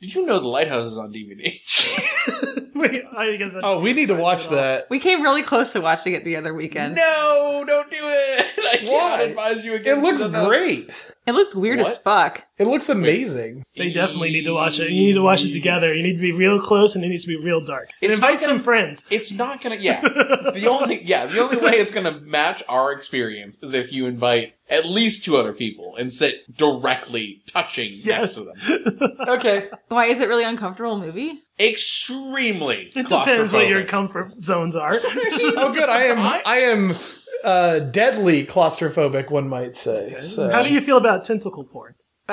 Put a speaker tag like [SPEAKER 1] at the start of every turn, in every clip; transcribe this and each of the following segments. [SPEAKER 1] Did you know the lighthouse is on DVD?
[SPEAKER 2] Wait, I guess.
[SPEAKER 3] Oh, we need to watch that.
[SPEAKER 4] We came really close to watching it the other weekend.
[SPEAKER 1] no, don't do it. I can't
[SPEAKER 3] Why?
[SPEAKER 1] advise you
[SPEAKER 3] It
[SPEAKER 1] against.
[SPEAKER 3] looks
[SPEAKER 1] no, no.
[SPEAKER 3] great.
[SPEAKER 4] It looks weird as
[SPEAKER 1] What?
[SPEAKER 4] fuck.
[SPEAKER 3] It looks amazing.
[SPEAKER 2] They definitely need to watch it. You need to watch it together. You need to be real close, and it needs to be real dark. And
[SPEAKER 1] It's
[SPEAKER 2] invite
[SPEAKER 1] not gonna-
[SPEAKER 2] some friends.
[SPEAKER 1] It's not gonna. Yeah, the only yeah the only way it's gonna match our experience is if you invite at least two other people and sit directly touching next
[SPEAKER 2] Yes.
[SPEAKER 1] to them.
[SPEAKER 3] Okay.
[SPEAKER 4] Why is it really uncomfortable movie?
[SPEAKER 1] Extremely.
[SPEAKER 2] It depends what your
[SPEAKER 1] claustrophobic.
[SPEAKER 2] comfort zones are.
[SPEAKER 3] Oh, good. I am. I am uh, deadly claustrophobic. One might say. So.
[SPEAKER 2] How do you feel about tentacle porn?
[SPEAKER 4] Uh,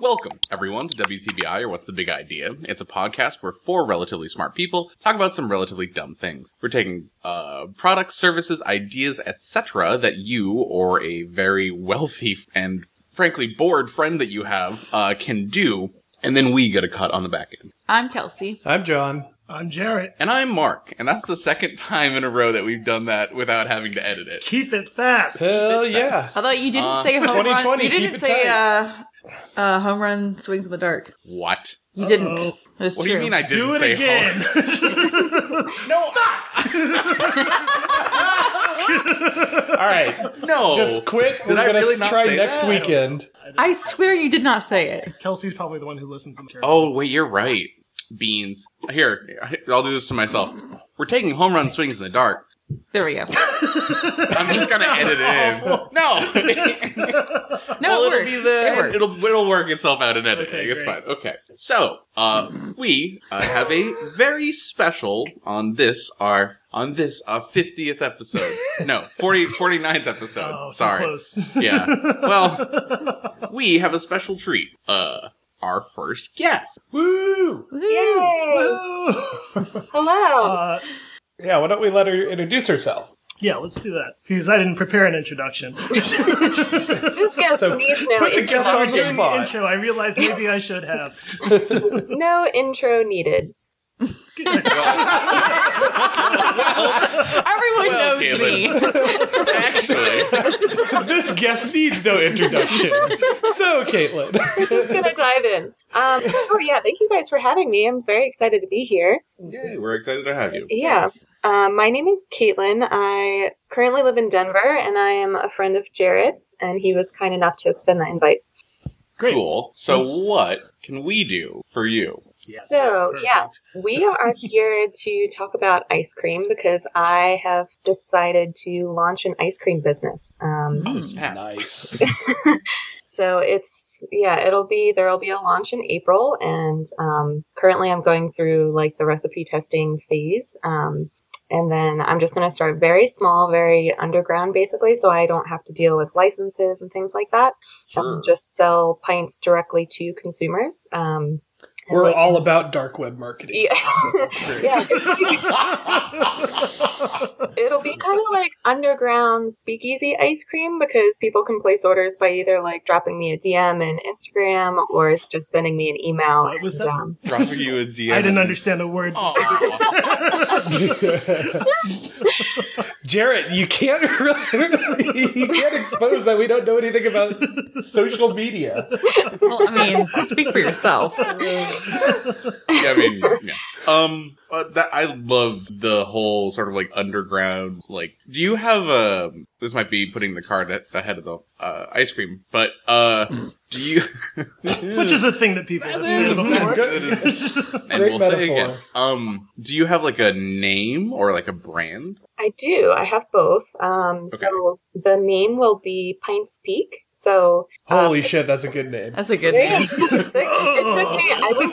[SPEAKER 5] Welcome, everyone, to WTBI or What's the Big Idea? It's a podcast where four relatively smart people talk about some relatively dumb things. We're taking uh, products, services, ideas, etc., that you or a very wealthy and frankly bored friend that you have uh, can do, and then we get a cut on the back end.
[SPEAKER 4] I'm Kelsey.
[SPEAKER 3] I'm John.
[SPEAKER 2] I'm Jarrett.
[SPEAKER 5] And I'm Mark, and that's the second time in a row that we've done that without having to edit it.
[SPEAKER 2] Keep it fast.
[SPEAKER 3] Hell yeah.
[SPEAKER 4] Although you didn't
[SPEAKER 5] Uh,
[SPEAKER 4] say home
[SPEAKER 3] 2020,
[SPEAKER 4] run. You
[SPEAKER 3] keep
[SPEAKER 4] didn't
[SPEAKER 3] it
[SPEAKER 4] say uh, uh, home run swings in the dark.
[SPEAKER 5] What?
[SPEAKER 4] You didn't.
[SPEAKER 2] Uh-oh.
[SPEAKER 4] That's
[SPEAKER 5] What
[SPEAKER 4] true.
[SPEAKER 5] do you mean I didn't
[SPEAKER 2] Do it
[SPEAKER 5] say
[SPEAKER 2] again.
[SPEAKER 5] Home?
[SPEAKER 1] No,
[SPEAKER 3] All right.
[SPEAKER 5] No.
[SPEAKER 3] Just quit.
[SPEAKER 5] Oh. Did
[SPEAKER 3] We're
[SPEAKER 5] I
[SPEAKER 3] gonna
[SPEAKER 5] really not
[SPEAKER 3] try
[SPEAKER 5] say
[SPEAKER 3] next
[SPEAKER 5] that?
[SPEAKER 3] weekend.
[SPEAKER 4] I swear you did not say it.
[SPEAKER 2] Kelsey's probably the one who listens. To the
[SPEAKER 5] Oh, wait, you're right. Beans. Here, I'll do this to myself. We're taking home run swings in the dark.
[SPEAKER 4] There we go.
[SPEAKER 5] I'm just gonna edit it in. No,
[SPEAKER 4] No, it
[SPEAKER 5] it'll
[SPEAKER 4] works.
[SPEAKER 5] be
[SPEAKER 4] It
[SPEAKER 5] the
[SPEAKER 4] works.
[SPEAKER 5] it'll it'll work itself out in editing.
[SPEAKER 2] Okay,
[SPEAKER 5] it's fine.
[SPEAKER 2] great.
[SPEAKER 5] Okay, so uh, we uh, have a very special on this our on this our 50th episode. No, 40 49th episode.
[SPEAKER 2] Oh, so
[SPEAKER 5] Sorry.
[SPEAKER 2] close.
[SPEAKER 5] Yeah. Well, we have a special treat. Uh, our first guest.
[SPEAKER 3] Woo!
[SPEAKER 4] Woo.
[SPEAKER 2] Uh,
[SPEAKER 6] Hello.
[SPEAKER 3] Yeah. Why don't we let her introduce herself?
[SPEAKER 2] yeah, let's do that because I didn't prepare an introduction.
[SPEAKER 6] this guest
[SPEAKER 3] So,
[SPEAKER 6] needs no
[SPEAKER 3] put the
[SPEAKER 6] intro.
[SPEAKER 3] guest on the
[SPEAKER 2] During the
[SPEAKER 3] spot.
[SPEAKER 2] intro, I realized maybe I should have.
[SPEAKER 6] No intro needed.
[SPEAKER 4] Everyone
[SPEAKER 5] Well,
[SPEAKER 4] knows
[SPEAKER 5] Caitlin.
[SPEAKER 4] me.
[SPEAKER 5] Actually,
[SPEAKER 3] this guest needs no introduction. So, Caitlin.
[SPEAKER 6] Just gonna dive in. Um, oh yeah, thank you guys for having me. I'm very excited to be here.
[SPEAKER 5] yay, we're excited to have you.
[SPEAKER 6] Yeah. Um, my name is Caitlin. I currently live in Denver, and I am a friend of Jarrett's, and he was kind enough to extend that invite.
[SPEAKER 2] Great.
[SPEAKER 5] Cool. So,
[SPEAKER 2] Let's-
[SPEAKER 5] what can we do for you?
[SPEAKER 2] Yes.
[SPEAKER 6] So,
[SPEAKER 2] Perfect.
[SPEAKER 6] yeah. We are here to talk about ice cream because I have decided to launch an ice cream business. Um,
[SPEAKER 2] Hmm.
[SPEAKER 5] Oh, snap.
[SPEAKER 3] Nice.
[SPEAKER 6] So it's yeah, it'll be there'll be a launch in April, and um, currently I'm going through like the recipe testing phase, um, and then I'm just gonna start very small, very underground, basically, so I don't have to deal with licenses and things like that.
[SPEAKER 5] Sure.
[SPEAKER 6] I'll just sell pints directly to consumers. Um, and
[SPEAKER 3] We're
[SPEAKER 6] they-
[SPEAKER 3] all about dark web marketing.
[SPEAKER 6] Yeah.
[SPEAKER 3] So that's great.
[SPEAKER 6] yeah, it'll be kind of like underground speakeasy ice cream because people can place orders by either like dropping me a DM in Instagram or just sending me an email.
[SPEAKER 2] What was
[SPEAKER 6] and,
[SPEAKER 2] that?
[SPEAKER 6] um,
[SPEAKER 5] Dropping you a DM.
[SPEAKER 2] I didn't understand a word.
[SPEAKER 5] Oh. Aw.
[SPEAKER 3] Jarrett, you can't really, you can't expose that we don't know anything about social media.
[SPEAKER 4] Well, I mean, speak for yourself.
[SPEAKER 5] yeah, I mean, yeah. Um, Uh, that I love the whole sort of like underground. Like, do you have a? This might be putting the card at the head of the uh, ice cream, but uh, do you?
[SPEAKER 2] Which is a thing that people have said about
[SPEAKER 3] Mhm.
[SPEAKER 5] and
[SPEAKER 3] Great
[SPEAKER 5] we'll say
[SPEAKER 3] metaphor.
[SPEAKER 5] again. Um, do you have like a name or like a brand?
[SPEAKER 6] I do. I have both. Um, So the name will be Pints Peak. So um,
[SPEAKER 3] Holy shit, that's a good name.
[SPEAKER 4] That's a good
[SPEAKER 6] it
[SPEAKER 4] name.
[SPEAKER 6] took me. I was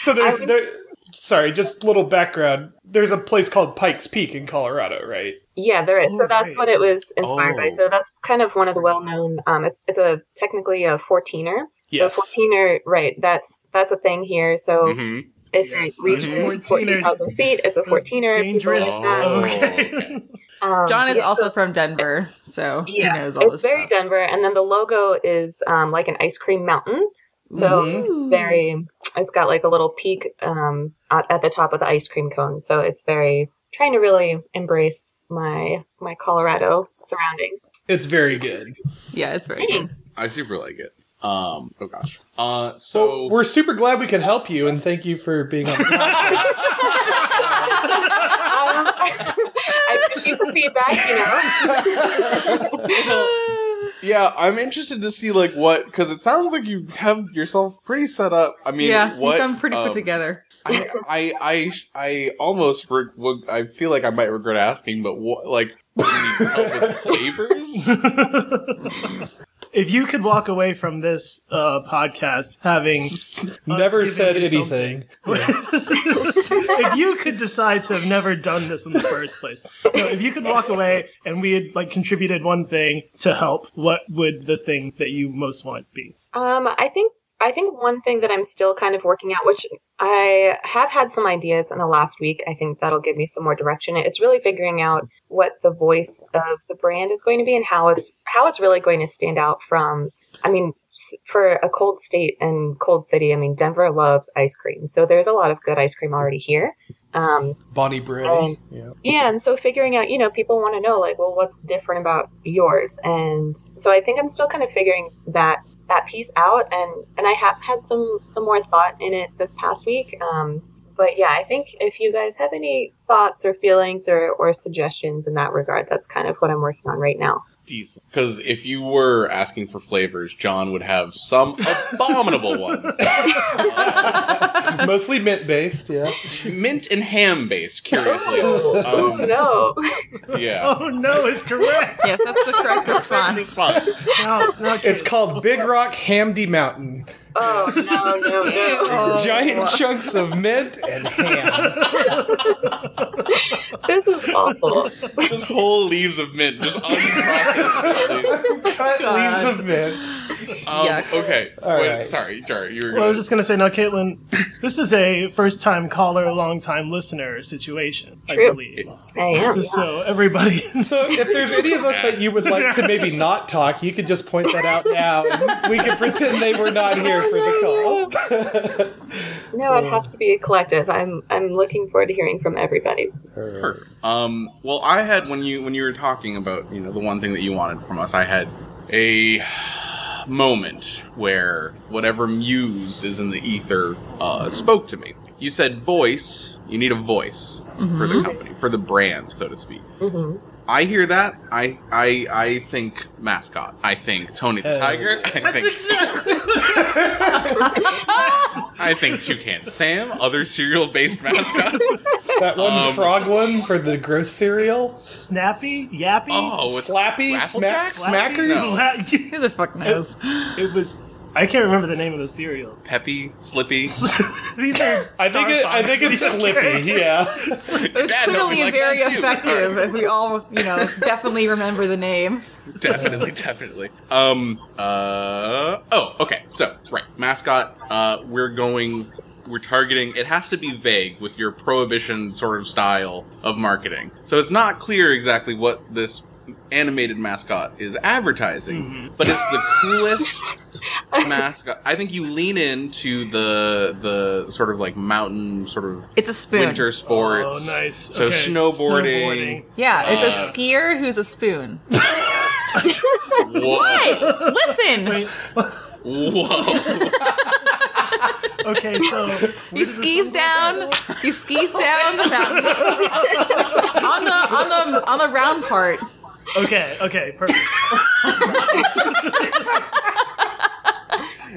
[SPEAKER 3] So there's
[SPEAKER 6] I would-
[SPEAKER 3] there. Sorry, just little background. There's a place called Pikes Peak in Colorado, right?
[SPEAKER 6] Yeah, there is.
[SPEAKER 2] Oh,
[SPEAKER 6] so that's
[SPEAKER 2] right.
[SPEAKER 6] what it was inspired by.
[SPEAKER 5] Oh.
[SPEAKER 6] So that's kind of one of the well-known. Um, it's it's a technically a fourteener. So
[SPEAKER 3] Yes.
[SPEAKER 6] fourteener, right? That's that's a thing here.
[SPEAKER 2] Oh.
[SPEAKER 6] So
[SPEAKER 5] Mm-hmm.
[SPEAKER 6] if
[SPEAKER 2] Yes,
[SPEAKER 6] it reaches
[SPEAKER 2] mhm.
[SPEAKER 6] fourteen thousand feet, it's a
[SPEAKER 2] Those
[SPEAKER 6] fourteener. People
[SPEAKER 2] dangerous-
[SPEAKER 6] like that.
[SPEAKER 5] Oh.
[SPEAKER 2] Okay.
[SPEAKER 6] Um,
[SPEAKER 4] John is
[SPEAKER 6] yeah,
[SPEAKER 4] also
[SPEAKER 6] so-
[SPEAKER 4] from Denver, so
[SPEAKER 6] Yeah,
[SPEAKER 4] he knows all
[SPEAKER 6] it's
[SPEAKER 4] this
[SPEAKER 6] very
[SPEAKER 4] stuff.
[SPEAKER 6] Denver, and then the logo is um, like an ice cream mountain. So
[SPEAKER 3] Mhm.
[SPEAKER 6] it's very. It's got like a little peak um, at, at the top of the ice cream cone. So it's very trying to really embrace my my Colorado surroundings.
[SPEAKER 3] It's very good.
[SPEAKER 4] Yeah, it's very good.
[SPEAKER 6] Thanks.
[SPEAKER 5] I super like it. Um. Oh gosh. Uh.
[SPEAKER 3] So
[SPEAKER 5] So
[SPEAKER 3] we're super glad we could help you, and thank you for being on. the podcast.
[SPEAKER 6] um, I appreciate the feedback, you know.
[SPEAKER 5] yeah, I'm interested to see like what because it sounds like you have yourself pretty set up. I mean,
[SPEAKER 4] yeah,
[SPEAKER 5] what?
[SPEAKER 4] you sound pretty
[SPEAKER 5] um,
[SPEAKER 4] put together.
[SPEAKER 5] I, I, I, I almost re- would- I feel like I might regret asking, but what? Like, do you need help with flavors?
[SPEAKER 2] If you could walk away from this uh, podcast having
[SPEAKER 3] Never
[SPEAKER 2] giving
[SPEAKER 3] said
[SPEAKER 2] you
[SPEAKER 3] anything.
[SPEAKER 2] if you could decide to have never done this in the first place, no, if you could walk away and we had like contributed one thing to help, what would the thing that you most want be?
[SPEAKER 6] Um, I think I think one thing that I'm still kind of working out, which I have had some ideas in the last week. I think that'll give me some more direction. It's really figuring out what the voice of the brand is going to be and how it's how it's really going to stand out from. I mean, s- for a cold state and cold city, I mean Denver loves ice cream, so there's a lot of good ice cream already here. Um,
[SPEAKER 3] Bonnie Bray.
[SPEAKER 6] Um,
[SPEAKER 3] yeah.
[SPEAKER 6] Yeah, and so figuring out, you know, people want to know like, well, what's different about yours? And so I think I'm still kind of figuring that that piece out, and and I have had some some more thought in it this past week. Um, but yeah, I think if you guys have any thoughts or feelings or or suggestions in that regard, that's kind of what I'm working on right now.
[SPEAKER 5] Because if you were asking for flavors, John would have some abominable ones,
[SPEAKER 3] Mostly mint based. Yeah.
[SPEAKER 5] mint and ham based. Curiously,
[SPEAKER 6] Oh
[SPEAKER 5] um,
[SPEAKER 6] no!
[SPEAKER 5] yeah.
[SPEAKER 2] Oh no, it's correct.
[SPEAKER 4] Yes, that's the correct response.
[SPEAKER 5] Response.
[SPEAKER 2] No, no, okay.
[SPEAKER 3] It's called Big Rock Hamdy Mountain.
[SPEAKER 6] Oh no! No! No!
[SPEAKER 4] Ew.
[SPEAKER 3] Giant chunks of mint and ham.
[SPEAKER 6] This is awful.
[SPEAKER 5] Just whole leaves of mint, just unprocessed.
[SPEAKER 3] Cut
[SPEAKER 4] God.
[SPEAKER 3] leaves of mint.
[SPEAKER 5] Um,
[SPEAKER 4] Yuck.
[SPEAKER 5] okay.
[SPEAKER 3] All
[SPEAKER 5] Wait,
[SPEAKER 3] right.
[SPEAKER 5] Sorry, Jar, you were.
[SPEAKER 2] Well, I
[SPEAKER 5] Gonna,
[SPEAKER 2] was just gonna say, now, Caitlin, this is a first-time caller, long-time listener situation, I
[SPEAKER 6] True.
[SPEAKER 2] believe.
[SPEAKER 6] I am.
[SPEAKER 2] Just so everybody,
[SPEAKER 3] So if there's any of us that you would like to maybe not talk, you could just point that out now, and we could pretend they were not here for
[SPEAKER 2] Oh,
[SPEAKER 3] the
[SPEAKER 6] Oh, No, it has to be a collective. I'm I'm looking forward to hearing from everybody.
[SPEAKER 3] call.
[SPEAKER 5] Perfect. Um, well, I had when you when you were talking about you know the one thing that you wanted from us, I had a moment where whatever muse is in the ether uh, spoke to me. You said voice. You need a voice for
[SPEAKER 2] Mm-hmm.
[SPEAKER 5] the company, for the brand, so to speak.
[SPEAKER 6] hmm
[SPEAKER 5] I hear that. I I I think mascot. I think Tony the
[SPEAKER 3] Hell
[SPEAKER 5] Tiger.
[SPEAKER 3] yeah.
[SPEAKER 5] I think I think Toucan Sam. Other cereal-based mascots.
[SPEAKER 3] That one
[SPEAKER 5] Um,
[SPEAKER 3] frog one for the gross cereal.
[SPEAKER 2] snappy, yappy,
[SPEAKER 5] Oh, with
[SPEAKER 3] Slappy,
[SPEAKER 5] Raffle
[SPEAKER 3] smack,
[SPEAKER 5] Jacks? No.
[SPEAKER 3] smackers.
[SPEAKER 4] Who the fuck knows?
[SPEAKER 2] It was. I can't remember the name of the cereal.
[SPEAKER 5] Peppy, Slippy.
[SPEAKER 2] These are.
[SPEAKER 3] I think
[SPEAKER 2] Star
[SPEAKER 3] it, I
[SPEAKER 2] Fox
[SPEAKER 3] think it's
[SPEAKER 2] video
[SPEAKER 3] Slippy.
[SPEAKER 2] characters.
[SPEAKER 3] Yeah.
[SPEAKER 4] It was
[SPEAKER 5] Dad knows
[SPEAKER 4] clearly
[SPEAKER 5] like
[SPEAKER 4] very
[SPEAKER 5] that too.
[SPEAKER 4] effective if we all, you know, definitely remember the name.
[SPEAKER 5] definitely, definitely. Um. Uh. Oh. Okay. So right, mascot. Uh, we're going. We're targeting. It has to be vague with your prohibition sort of style of marketing. So it's not clear exactly what this animated mascot is advertising, but it's the coolest mascot. I think you lean into the the sort of like mountain sort of
[SPEAKER 4] It's a spoon.
[SPEAKER 5] winter sports.
[SPEAKER 2] Oh, nice.
[SPEAKER 5] So
[SPEAKER 2] Okay,
[SPEAKER 5] snowboarding.
[SPEAKER 4] Yeah, it's a
[SPEAKER 5] Uh,
[SPEAKER 4] skier who's a spoon.
[SPEAKER 5] Whoa.
[SPEAKER 4] Hey, listen.
[SPEAKER 2] Wait,
[SPEAKER 5] Whoa.
[SPEAKER 2] Okay, so where
[SPEAKER 4] He
[SPEAKER 2] did this
[SPEAKER 4] skis
[SPEAKER 2] one go?
[SPEAKER 4] down. He skis down the mountain on the on the on the round part.
[SPEAKER 2] Okay, okay, perfect.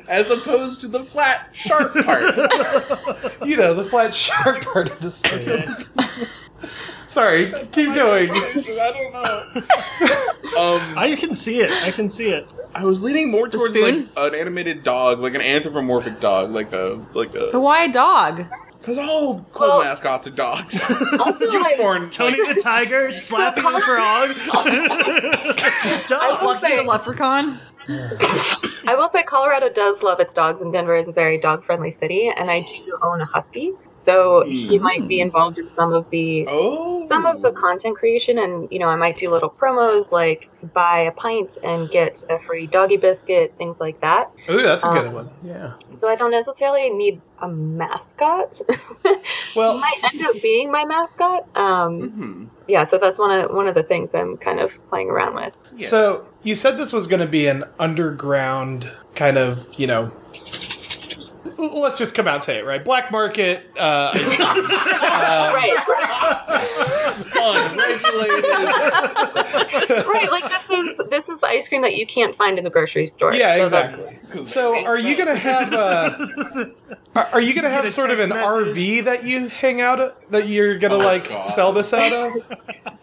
[SPEAKER 5] as opposed to the flat, sharp part.
[SPEAKER 3] You know, the flat sharp part of the swing.
[SPEAKER 2] Yes.
[SPEAKER 3] Sorry, keep going.
[SPEAKER 5] Um,
[SPEAKER 2] I can see it. I can see it.
[SPEAKER 5] I was leaning more
[SPEAKER 4] The
[SPEAKER 5] towards like
[SPEAKER 4] spoon?
[SPEAKER 5] an animated dog, like an anthropomorphic dog, like a like
[SPEAKER 4] But
[SPEAKER 5] a
[SPEAKER 4] why a dog?
[SPEAKER 5] because all cool
[SPEAKER 6] Well-
[SPEAKER 5] mascots are dogs.
[SPEAKER 6] Also, like,
[SPEAKER 5] Unicorn,
[SPEAKER 2] Tony the tiger slapping the frog. Dog.
[SPEAKER 4] Luxy the
[SPEAKER 6] say-
[SPEAKER 4] leprechaun.
[SPEAKER 6] I will say Colorado does love its dogs, and Denver is a very dog friendly city. And I do own a husky, so he might be involved in some of the
[SPEAKER 5] Hmm. oh,
[SPEAKER 6] some of the content creation and you know i might do little promos like buy a pint and get a free doggy biscuit things like that
[SPEAKER 3] Ooh, that's a good
[SPEAKER 6] Um,
[SPEAKER 3] one. Yeah.
[SPEAKER 6] so i don't necessarily need a mascot
[SPEAKER 3] Well,
[SPEAKER 6] might end up being my mascot um,
[SPEAKER 5] Mhm.
[SPEAKER 6] yeah so that's one of one of the things i'm kind of playing around with
[SPEAKER 5] Yeah.
[SPEAKER 3] So you said this was going to be an underground kind of, you know. l- Let's just come out and say it, right? Black market, uh, ice cream.
[SPEAKER 5] Um,
[SPEAKER 6] right
[SPEAKER 5] unregulated.
[SPEAKER 6] right like this is this is the ice cream that you can't find in the grocery store
[SPEAKER 3] yeah,
[SPEAKER 6] So that's-
[SPEAKER 3] exactly. So are you going to have a, are are you going to have
[SPEAKER 2] a
[SPEAKER 3] sort of an
[SPEAKER 2] text message.
[SPEAKER 3] RV that you hang out at, that you're going to
[SPEAKER 5] Oh,
[SPEAKER 3] like
[SPEAKER 5] God.
[SPEAKER 3] sell this out of?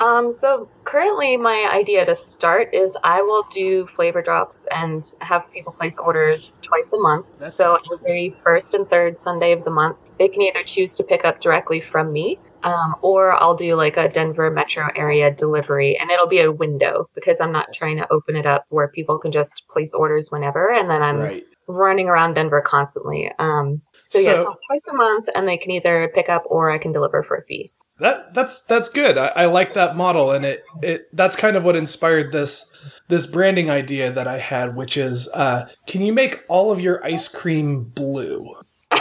[SPEAKER 6] Um, so currently, my idea to start is I will do flavor drops and have people place orders twice a month.
[SPEAKER 2] That
[SPEAKER 6] so
[SPEAKER 2] sounds
[SPEAKER 6] every first and third Sunday of the month, they can either choose to pick up directly from me, um, or I'll do like a Denver metro area delivery, and it'll be a window because I'm not trying to open it up where people can just place orders whenever, and then I'm running around Denver constantly. Um, so, yeah,
[SPEAKER 3] So-
[SPEAKER 6] so twice a month, and they can either pick up or I can deliver for a fee.
[SPEAKER 3] That that's that's good. I, I like that model, and it it that's kind of what inspired this this branding idea that I had, which is uh, can you make all of your ice cream blue?
[SPEAKER 6] Um,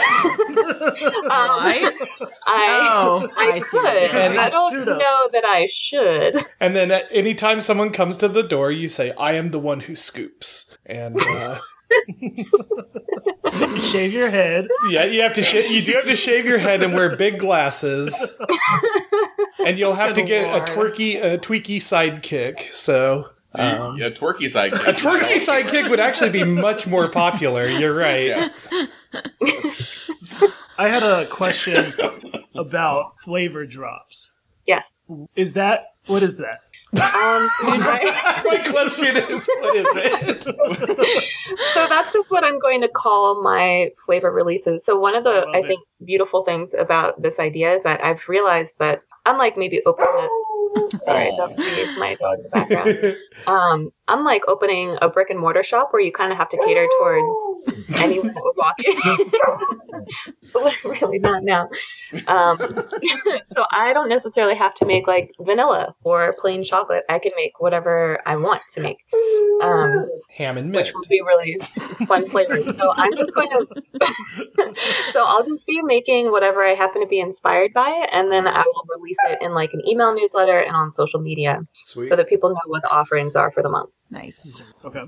[SPEAKER 4] Why?
[SPEAKER 6] I.
[SPEAKER 4] Oh,
[SPEAKER 6] I,
[SPEAKER 4] I see.
[SPEAKER 6] could.
[SPEAKER 3] And
[SPEAKER 6] I
[SPEAKER 2] it's
[SPEAKER 6] don't
[SPEAKER 2] pseudo.
[SPEAKER 6] know that I should.
[SPEAKER 3] And then at any time someone comes to the door, you say, "I am the one who scoops." And uh,
[SPEAKER 2] You shave your head.
[SPEAKER 3] yeah, you have to sh- you do have to shave your head and wear big glasses, and you'll have to
[SPEAKER 4] Good
[SPEAKER 3] get a
[SPEAKER 4] lord.
[SPEAKER 3] twerky a tweaky sidekick. So.
[SPEAKER 2] Uh-huh.
[SPEAKER 3] um,
[SPEAKER 5] a twerky sidekick?
[SPEAKER 3] a twerky sidekick would actually be much more popular. You're right.
[SPEAKER 5] Yeah.
[SPEAKER 2] I had a question about flavor drops.
[SPEAKER 6] Yes.
[SPEAKER 2] Is that what is that?
[SPEAKER 6] Um, so, I-
[SPEAKER 3] My question is, what is it?
[SPEAKER 6] so that's just what I'm going to call my flavor releases. So one of the
[SPEAKER 2] Love
[SPEAKER 6] I
[SPEAKER 2] it.
[SPEAKER 6] think beautiful things about this idea is that I've realized that unlike maybe opening a sorry,
[SPEAKER 5] Aw.
[SPEAKER 6] that'll be my dog in the background. Um, unlike opening a brick and mortar shop where you kind of have to cater
[SPEAKER 2] Oh.
[SPEAKER 6] towards anyone that would walk in. really not now. Um, so I don't necessarily have to make like vanilla or plain chocolate. I can make whatever I want to make, um,
[SPEAKER 3] Ham and
[SPEAKER 6] which
[SPEAKER 3] mint.
[SPEAKER 6] will be really fun flavors. So I'm just going to. so I'll just be making whatever I happen to be inspired by, and then I will release it in like an email newsletter and on social media,
[SPEAKER 3] Sweet.
[SPEAKER 6] so that people know what the offerings are for the month.
[SPEAKER 4] Nice.
[SPEAKER 2] Okay.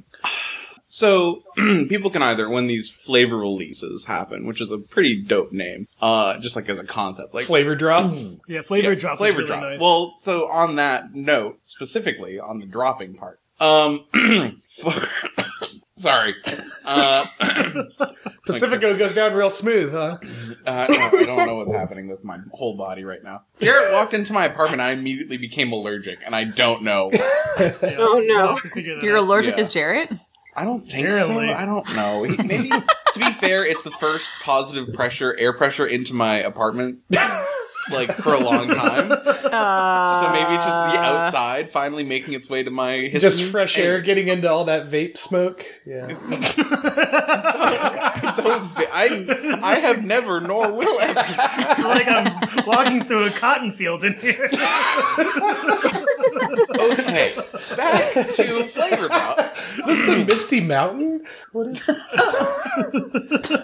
[SPEAKER 5] So people can either when these flavor releases happen, which is a pretty dope name, uh, just like as a concept, like
[SPEAKER 3] Flavor drop.
[SPEAKER 2] Yeah, flavor
[SPEAKER 5] Yeah,
[SPEAKER 2] drop
[SPEAKER 5] flavor
[SPEAKER 2] is really
[SPEAKER 5] drop.
[SPEAKER 2] nice.
[SPEAKER 5] Well, so on that note, specifically on the dropping part, um, sorry, uh,
[SPEAKER 3] Pacifico goes down real smooth, huh?
[SPEAKER 5] Uh, no, I don't know what's happening with my whole body right now. Garrett walked into my apartment. I immediately became allergic, and I don't know.
[SPEAKER 2] Yeah,
[SPEAKER 6] Oh,
[SPEAKER 2] we'll
[SPEAKER 6] no.
[SPEAKER 2] have to figure that
[SPEAKER 4] You're
[SPEAKER 2] out.
[SPEAKER 4] allergic
[SPEAKER 5] Yeah.
[SPEAKER 4] to Jarrett?
[SPEAKER 5] I don't think
[SPEAKER 2] Apparently.
[SPEAKER 5] so. I don't know. He- Maybe to be fair, it's the first positive pressure, air pressure into my apartment, like for a long time.
[SPEAKER 4] Uh,
[SPEAKER 5] So maybe just the
[SPEAKER 2] Uh,
[SPEAKER 5] outside finally making its way to my histamine.
[SPEAKER 3] Just fresh
[SPEAKER 5] And
[SPEAKER 3] air getting into all that vape smoke. Yeah.
[SPEAKER 5] It's so, I I have never, nor will ever.
[SPEAKER 2] like I'm walking through a cotton field in here.
[SPEAKER 5] Okay, back to flavor drops.
[SPEAKER 3] Is this
[SPEAKER 5] Hmm.
[SPEAKER 3] the Misty Mountain? What is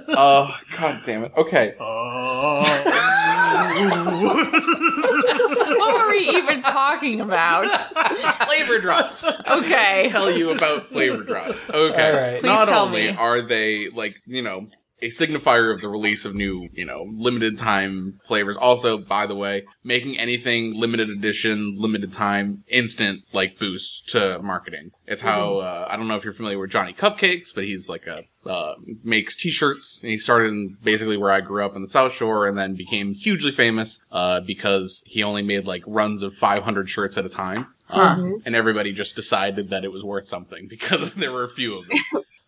[SPEAKER 5] Oh, god damn it. Okay.
[SPEAKER 2] Oh.
[SPEAKER 4] What were we even talking about?
[SPEAKER 5] flavor drops.
[SPEAKER 4] Okay.
[SPEAKER 5] Tell you about flavor drops. Okay.
[SPEAKER 3] All right.
[SPEAKER 4] Please
[SPEAKER 5] Not
[SPEAKER 4] tell
[SPEAKER 5] only
[SPEAKER 4] me.
[SPEAKER 5] are they like, you know, a signifier of the release of new, you know, limited time flavors. Also, by the way, making anything limited edition, limited time, instant like boost to marketing. It's how uh,
[SPEAKER 4] Mm-hmm.
[SPEAKER 5] I don't know if you're familiar with Johnny Cupcakes, but he's like a uh, makes t-shirts and he started in basically where I grew up in the South Shore and then became hugely famous uh, because he only made like runs of 500 shirts at a time. Uh, And everybody just decided that it was worth something because there were a few of them.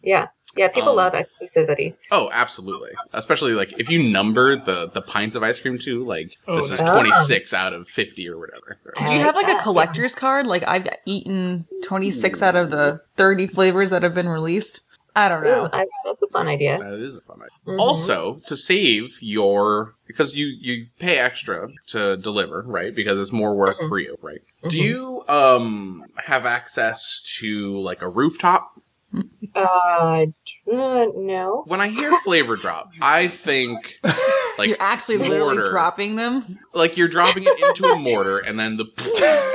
[SPEAKER 6] Yeah. Yeah, people
[SPEAKER 5] Um,
[SPEAKER 6] love exclusivity.
[SPEAKER 5] Oh, absolutely. Especially like if you number the the pints of ice cream too, like
[SPEAKER 2] Oh,
[SPEAKER 5] this is
[SPEAKER 6] no.
[SPEAKER 5] 26 out of 50 or whatever.
[SPEAKER 4] Do you have like a collector's card? Like I've eaten 26 out of the 30 flavors that have been released. I don't
[SPEAKER 6] Ooh,
[SPEAKER 4] know.
[SPEAKER 6] I, that's a fun idea.
[SPEAKER 5] That is a fun idea.
[SPEAKER 6] Mhm.
[SPEAKER 5] Also, to save your because you you pay extra to deliver, right? Because it's more work for you, right? Do
[SPEAKER 6] Mhm.
[SPEAKER 5] you um have access to like a rooftop?
[SPEAKER 6] Uh, d- uh, no.
[SPEAKER 5] When I hear flavor drop, I think like
[SPEAKER 4] You're actually literally
[SPEAKER 5] mortar.
[SPEAKER 4] dropping them.
[SPEAKER 5] like you're dropping it into a mortar and then the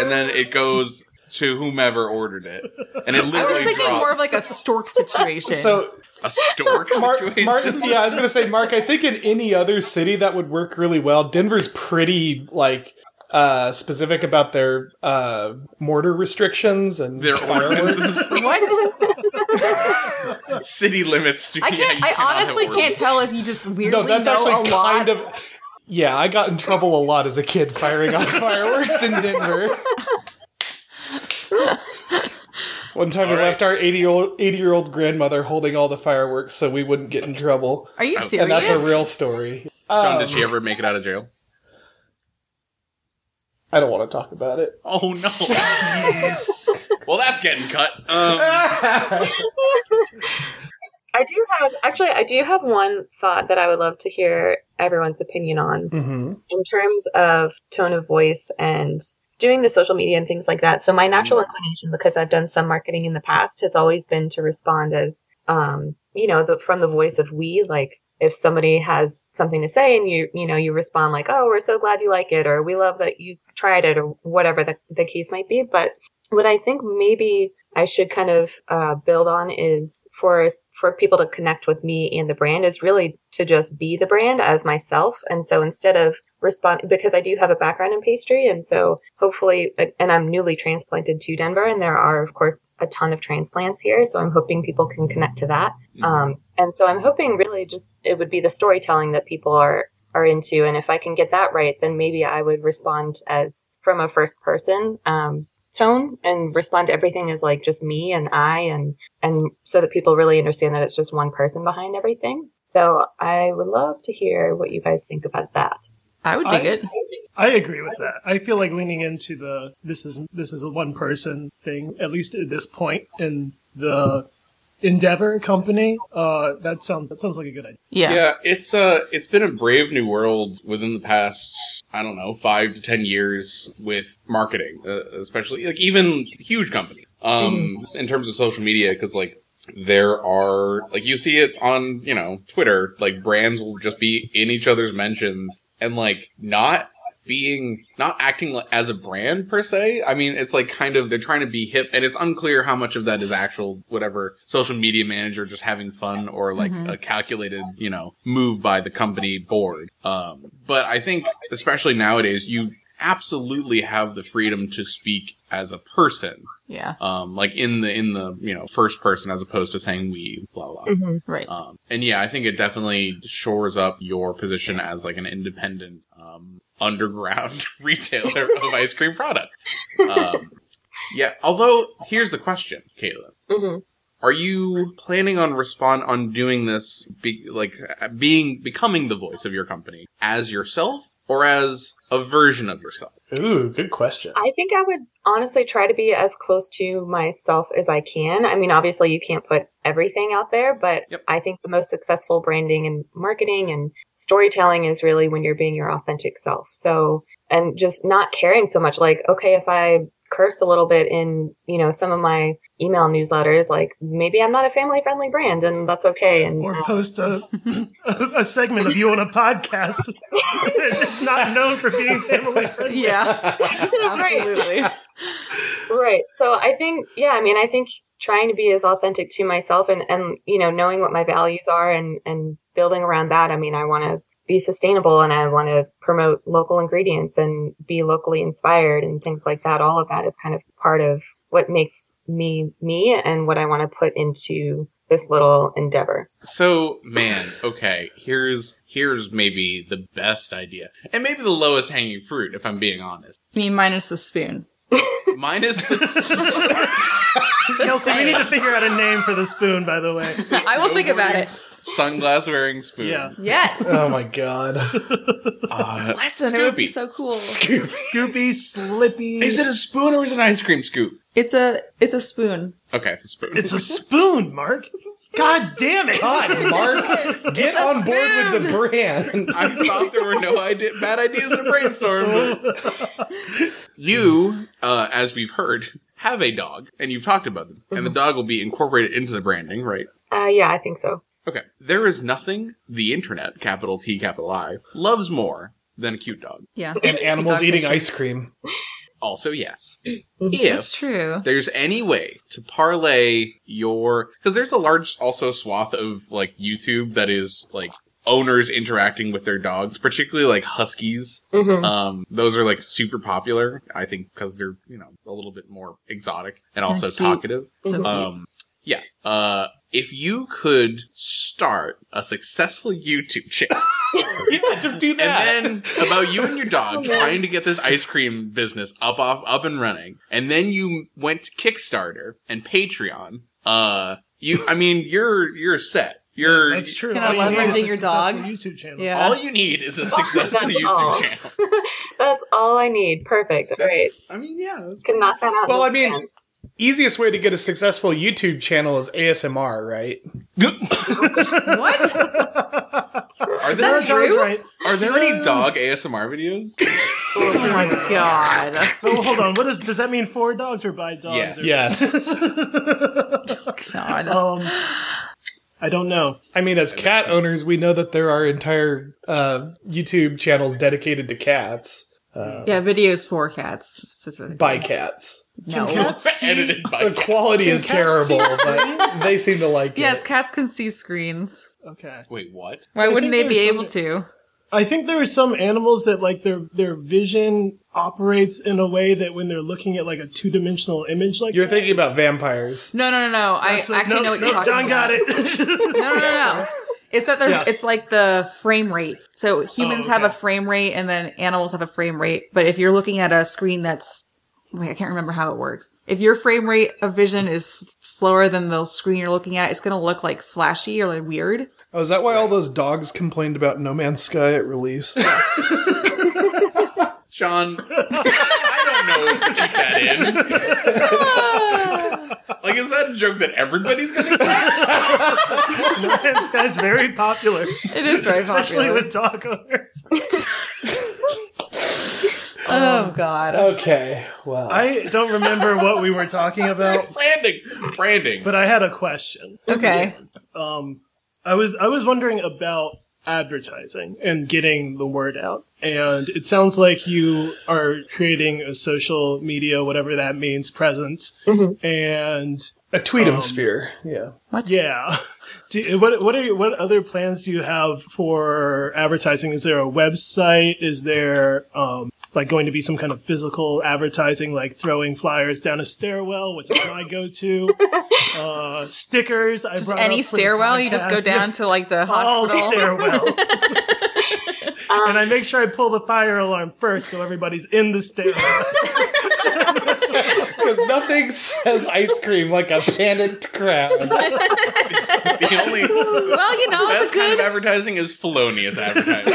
[SPEAKER 5] and then it goes to whomever ordered it. And it literally
[SPEAKER 4] I was thinking
[SPEAKER 5] drops.
[SPEAKER 4] more of like a stork situation.
[SPEAKER 3] So
[SPEAKER 5] a stork
[SPEAKER 3] Mar-
[SPEAKER 5] situation.
[SPEAKER 3] Martin, yeah, I was gonna say, Mark. I think in any other city that would work really well. Denver's pretty like uh specific about their uh mortar restrictions and
[SPEAKER 5] Their
[SPEAKER 3] fireworks.
[SPEAKER 5] ordinances,
[SPEAKER 4] what?
[SPEAKER 5] city limits. Do
[SPEAKER 4] I can't.
[SPEAKER 5] yeah, you cannot
[SPEAKER 4] I honestly
[SPEAKER 5] have
[SPEAKER 4] can't
[SPEAKER 5] ordinances.
[SPEAKER 4] tell if you just weirdly
[SPEAKER 3] no, that's
[SPEAKER 4] know a
[SPEAKER 3] actually
[SPEAKER 4] lot.
[SPEAKER 3] kind of. Yeah, I got in trouble a lot as a kid firing off fireworks in Denver. One time we
[SPEAKER 5] All right.
[SPEAKER 3] left our 80 old 80 year old grandmother holding all the fireworks so we wouldn't get in trouble.
[SPEAKER 4] Are you
[SPEAKER 5] And
[SPEAKER 4] serious?
[SPEAKER 3] And that's a real story.
[SPEAKER 5] John,
[SPEAKER 3] Um,
[SPEAKER 5] did she ever make it out of jail?
[SPEAKER 3] I don't want to talk about it.
[SPEAKER 5] Oh no! well, that's getting cut. Um,
[SPEAKER 6] I do have, actually, I do have one thought that I would love to hear everyone's opinion on
[SPEAKER 3] hmm
[SPEAKER 6] in terms of tone of voice and doing the social media and things like that. So my natural inclination, because I've done some marketing in the past, has always been to respond as, um, you know, the, from the voice of we. Like if somebody has something to say and you, you know, you respond like, "Oh, we're so glad you like it," or "We love that you tried it," or whatever the, the case might be. But what I think maybe I should kind of uh, build on is for for people to connect with me and the brand is really to just be the brand as myself. And so instead of respond because I do have a background in pastry, and so hopefully, and I'm newly transplanted to Denver, and there are of course a ton of transplants here, so I'm hoping people can connect to that. Um, and so I'm hoping really just it would be the storytelling that people are are into, and if I can get that right, then maybe I would respond as from a first person um, tone and respond to everything as like just me and I, and and so that people really understand that it's just one person behind everything. So I would love to hear what you guys think about that.
[SPEAKER 4] I would dig
[SPEAKER 2] I-
[SPEAKER 4] it.
[SPEAKER 2] I agree with that. I feel like leaning into the this is this is a one person thing at least at this point in the Endeavor company. Uh, that sounds that sounds like a good idea.
[SPEAKER 4] Yeah.
[SPEAKER 5] Yeah, it's uh it's been a brave new world within the past I don't know five to ten years with marketing, uh, especially like even huge companies um in terms of social media because like there are like you see it on you know Twitter like brands will just be in each other's mentions and like not being not acting li- as a brand per se. I mean, it's like kind of they're trying to be hip, and it's unclear how much of that is actual whatever social media manager just having fun or like
[SPEAKER 4] Mhm.
[SPEAKER 5] a calculated you know move by the company board. Um, but I think especially nowadays you absolutely have the freedom to speak as a person
[SPEAKER 4] Yeah.
[SPEAKER 5] um like in the in the you know first person as opposed to saying we blah blah
[SPEAKER 4] Right.
[SPEAKER 5] um, and yeah, I think it definitely shores up your position as like an independent um, underground retailer of ice cream products. Um, yeah. Although here's the question, Caitlin.
[SPEAKER 6] hmm
[SPEAKER 5] Are you planning on respond on doing this, be, like uh, being becoming the voice of your company as yourself or as a version of yourself?
[SPEAKER 3] Ooh, good question.
[SPEAKER 6] I think I would honestly try to be as close to myself as I can. I mean, obviously, you can't put everything out there, but
[SPEAKER 5] Yep.
[SPEAKER 6] I think the most successful branding and marketing and storytelling is really when you're being your authentic self. So, and just not caring so much. Like, okay, if I curse a little bit in, you know, some of my email newsletters, like maybe I'm not a family friendly brand and that's okay. And
[SPEAKER 2] Or
[SPEAKER 6] uh,
[SPEAKER 2] post a a segment of you on a podcast. it's not known for being family friendly.
[SPEAKER 4] Yeah.
[SPEAKER 6] Right.
[SPEAKER 4] Absolutely.
[SPEAKER 6] Right. So I think, yeah, I mean, I think trying to be as authentic to myself and, and you know, knowing what my values are and, and building around that, I mean, I want to be sustainable and I want to promote local ingredients and be locally inspired and things like that. All of that is kind of part of what makes me me and what I want to put into this little endeavor.
[SPEAKER 5] So, man, okay, here's here's maybe the best idea, and maybe the lowest hanging fruit, if I'm being honest.
[SPEAKER 4] Me minus the spoon.
[SPEAKER 5] Mine is the
[SPEAKER 2] Kelsey, we need to figure out a name for the spoon, by the way.
[SPEAKER 4] I will think about it.
[SPEAKER 5] sunglass wearing spoon.
[SPEAKER 2] Yeah.
[SPEAKER 4] Yes.
[SPEAKER 3] Oh my god.
[SPEAKER 5] Uh,
[SPEAKER 4] Listen, it would be
[SPEAKER 5] Scooby.
[SPEAKER 4] so cool.
[SPEAKER 5] Scoop.
[SPEAKER 2] Scoopy, Slippy.
[SPEAKER 5] Is it a spoon or is it an ice cream scoop?
[SPEAKER 4] It's a it's a spoon.
[SPEAKER 5] Okay, it's a spoon.
[SPEAKER 2] It's a spoon, Mark. God damn it.
[SPEAKER 3] God, Mark, get
[SPEAKER 4] a
[SPEAKER 3] on board with the
[SPEAKER 4] spoon.
[SPEAKER 3] brand.
[SPEAKER 5] I thought there were no idea, bad ideas in a brainstorm. But you, uh, as we've heard, have a dog, and you've talked about them, and the
[SPEAKER 2] Mm-hmm.
[SPEAKER 5] dog will be incorporated into the branding, right?
[SPEAKER 6] Uh, yeah, I think so.
[SPEAKER 5] Okay. There is nothing the internet, capital T, capital I, loves more than a cute dog.
[SPEAKER 4] Yeah.
[SPEAKER 3] And animals
[SPEAKER 4] Dog
[SPEAKER 3] eating
[SPEAKER 4] pictures.
[SPEAKER 3] ice cream.
[SPEAKER 5] Also, yes. if
[SPEAKER 4] That's true.
[SPEAKER 5] there's any way to parlay your, because there's a large also swath of like YouTube that is like owners interacting with their dogs, particularly like huskies.
[SPEAKER 6] hmm
[SPEAKER 5] Um, those are like super popular, I think, because they're, you know, a little bit more exotic and also
[SPEAKER 4] cute. Mhm.
[SPEAKER 5] talkative.
[SPEAKER 4] So cute.
[SPEAKER 5] Um, yeah. Uh, if you could start a successful YouTube channel
[SPEAKER 3] Yeah, just do
[SPEAKER 5] and then about you and your dog trying to get this ice cream business up off up and running, and then you went to Kickstarter and Patreon, uh, you, I mean, you're, you're set. You're,
[SPEAKER 2] That's true.
[SPEAKER 4] Can
[SPEAKER 2] All
[SPEAKER 4] I
[SPEAKER 2] you need
[SPEAKER 4] leverage
[SPEAKER 2] is a
[SPEAKER 4] your
[SPEAKER 2] successful
[SPEAKER 4] dog?
[SPEAKER 2] YouTube channel.
[SPEAKER 4] Yeah.
[SPEAKER 5] all you need is a successful
[SPEAKER 6] That's
[SPEAKER 5] YouTube
[SPEAKER 6] all.
[SPEAKER 5] channel.
[SPEAKER 6] That's all I need. Perfect. All right.
[SPEAKER 5] I mean, yeah. that's-
[SPEAKER 6] Can knock that out.
[SPEAKER 3] Well, I
[SPEAKER 6] in a
[SPEAKER 3] mean,
[SPEAKER 6] second.
[SPEAKER 3] Easiest way to get a successful YouTube channel is ASMR, right?
[SPEAKER 4] what?
[SPEAKER 5] Are
[SPEAKER 4] that
[SPEAKER 5] there,
[SPEAKER 2] That's
[SPEAKER 4] true?
[SPEAKER 2] right.
[SPEAKER 5] are there any dog ASMR videos?
[SPEAKER 4] Oh my god.
[SPEAKER 2] Well, Oh, hold on. What is, does that mean four dogs or by dogs?
[SPEAKER 5] Yes.
[SPEAKER 2] Or,
[SPEAKER 3] Yes.
[SPEAKER 4] God.
[SPEAKER 2] Um, I don't know.
[SPEAKER 3] I mean, as cat owners, we know that there are entire uh, YouTube channels dedicated to cats
[SPEAKER 4] Yeah, videos for cats. specifically.
[SPEAKER 3] by cats.
[SPEAKER 4] no.
[SPEAKER 2] Cats see-
[SPEAKER 5] Edited by
[SPEAKER 3] The quality is
[SPEAKER 2] cats
[SPEAKER 3] terrible,
[SPEAKER 2] see
[SPEAKER 3] but they seem to like
[SPEAKER 4] Yes,
[SPEAKER 3] it.
[SPEAKER 4] cats can see screens.
[SPEAKER 2] Okay.
[SPEAKER 5] Wait, what?
[SPEAKER 4] Why
[SPEAKER 2] I
[SPEAKER 4] wouldn't they
[SPEAKER 2] think
[SPEAKER 4] be
[SPEAKER 2] there's
[SPEAKER 4] able
[SPEAKER 2] some-
[SPEAKER 4] to?
[SPEAKER 2] I think there are some animals that like their their vision operates in a way that when they're looking at like a two dimensional image like
[SPEAKER 3] You're
[SPEAKER 2] that-
[SPEAKER 3] thinking about vampires.
[SPEAKER 4] No, no, no, no. I
[SPEAKER 2] So-
[SPEAKER 4] actually
[SPEAKER 2] no,
[SPEAKER 4] know what
[SPEAKER 2] no,
[SPEAKER 4] you're talking
[SPEAKER 2] John got
[SPEAKER 4] about.
[SPEAKER 2] it.
[SPEAKER 4] No, no, no, no. It's that they're,
[SPEAKER 2] Yeah.
[SPEAKER 4] it's like the frame rate. So humans
[SPEAKER 2] Oh,
[SPEAKER 4] have a
[SPEAKER 2] okay.
[SPEAKER 4] frame rate and then animals have a frame rate. But if you're looking at a screen that's, wait, I can't remember how it works. If your frame rate of vision is s- slower than the screen you're looking at, it's going to look like flashy or like weird.
[SPEAKER 3] Oh, is that why all those dogs complained about No Man's Sky at release?
[SPEAKER 5] John, I don't know if you keep that in.
[SPEAKER 4] Ah!
[SPEAKER 5] Like, is that a joke that everybody's gonna get?
[SPEAKER 2] this guy's very popular,
[SPEAKER 4] It is very
[SPEAKER 2] especially
[SPEAKER 4] popular.
[SPEAKER 2] with dog owners. um,
[SPEAKER 4] oh God.
[SPEAKER 3] okay, well.
[SPEAKER 2] I don't remember what we were talking about,
[SPEAKER 5] Branding! Branding.
[SPEAKER 2] but I had a question.
[SPEAKER 4] Okay.
[SPEAKER 2] um, I was I was wondering about advertising and getting the word out. And it sounds like you are creating a social media, whatever that means, presence. And
[SPEAKER 3] a tweetum
[SPEAKER 2] um,
[SPEAKER 3] sphere, yeah.
[SPEAKER 2] yeah, do, what what are you, what other plans do you have for advertising? Is there a website? Is there um, like going to be some kind of physical advertising, like throwing flyers down a stairwell, which is my go-to. Uh, stickers. I
[SPEAKER 4] Just
[SPEAKER 2] brought
[SPEAKER 4] any
[SPEAKER 2] up for the
[SPEAKER 4] stairwell, you just go
[SPEAKER 2] podcast.
[SPEAKER 4] down to like the hospital.
[SPEAKER 2] all stairwells. and I make sure I pull the fire alarm first so everybody's in the stairwell.
[SPEAKER 3] Because nothing says ice cream like a panicked crowd.
[SPEAKER 5] the only
[SPEAKER 4] well, you know, it's
[SPEAKER 5] best
[SPEAKER 4] a
[SPEAKER 5] kind
[SPEAKER 4] good,
[SPEAKER 5] of advertising is felonious advertising.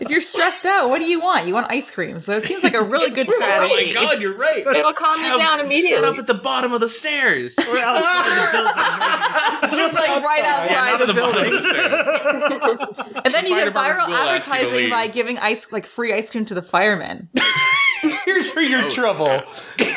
[SPEAKER 4] if you're stressed out, what do you want? You want ice cream. So it seems like a really good
[SPEAKER 5] oh my
[SPEAKER 4] strategy.
[SPEAKER 5] god, you're right.
[SPEAKER 6] It'll calm you down immediately.
[SPEAKER 5] Set up at the bottom of the stairs.
[SPEAKER 2] We're outside the building.
[SPEAKER 4] Just like right outside
[SPEAKER 5] Not at
[SPEAKER 4] the,
[SPEAKER 5] the bottom
[SPEAKER 4] building.
[SPEAKER 5] of the stairs.
[SPEAKER 4] And then you
[SPEAKER 5] fire
[SPEAKER 4] get viral
[SPEAKER 5] department will ask you to
[SPEAKER 4] advertising
[SPEAKER 5] leave.
[SPEAKER 4] by giving ice like free ice cream to the firemen.
[SPEAKER 3] Here's for
[SPEAKER 1] Oh,
[SPEAKER 3] your trouble.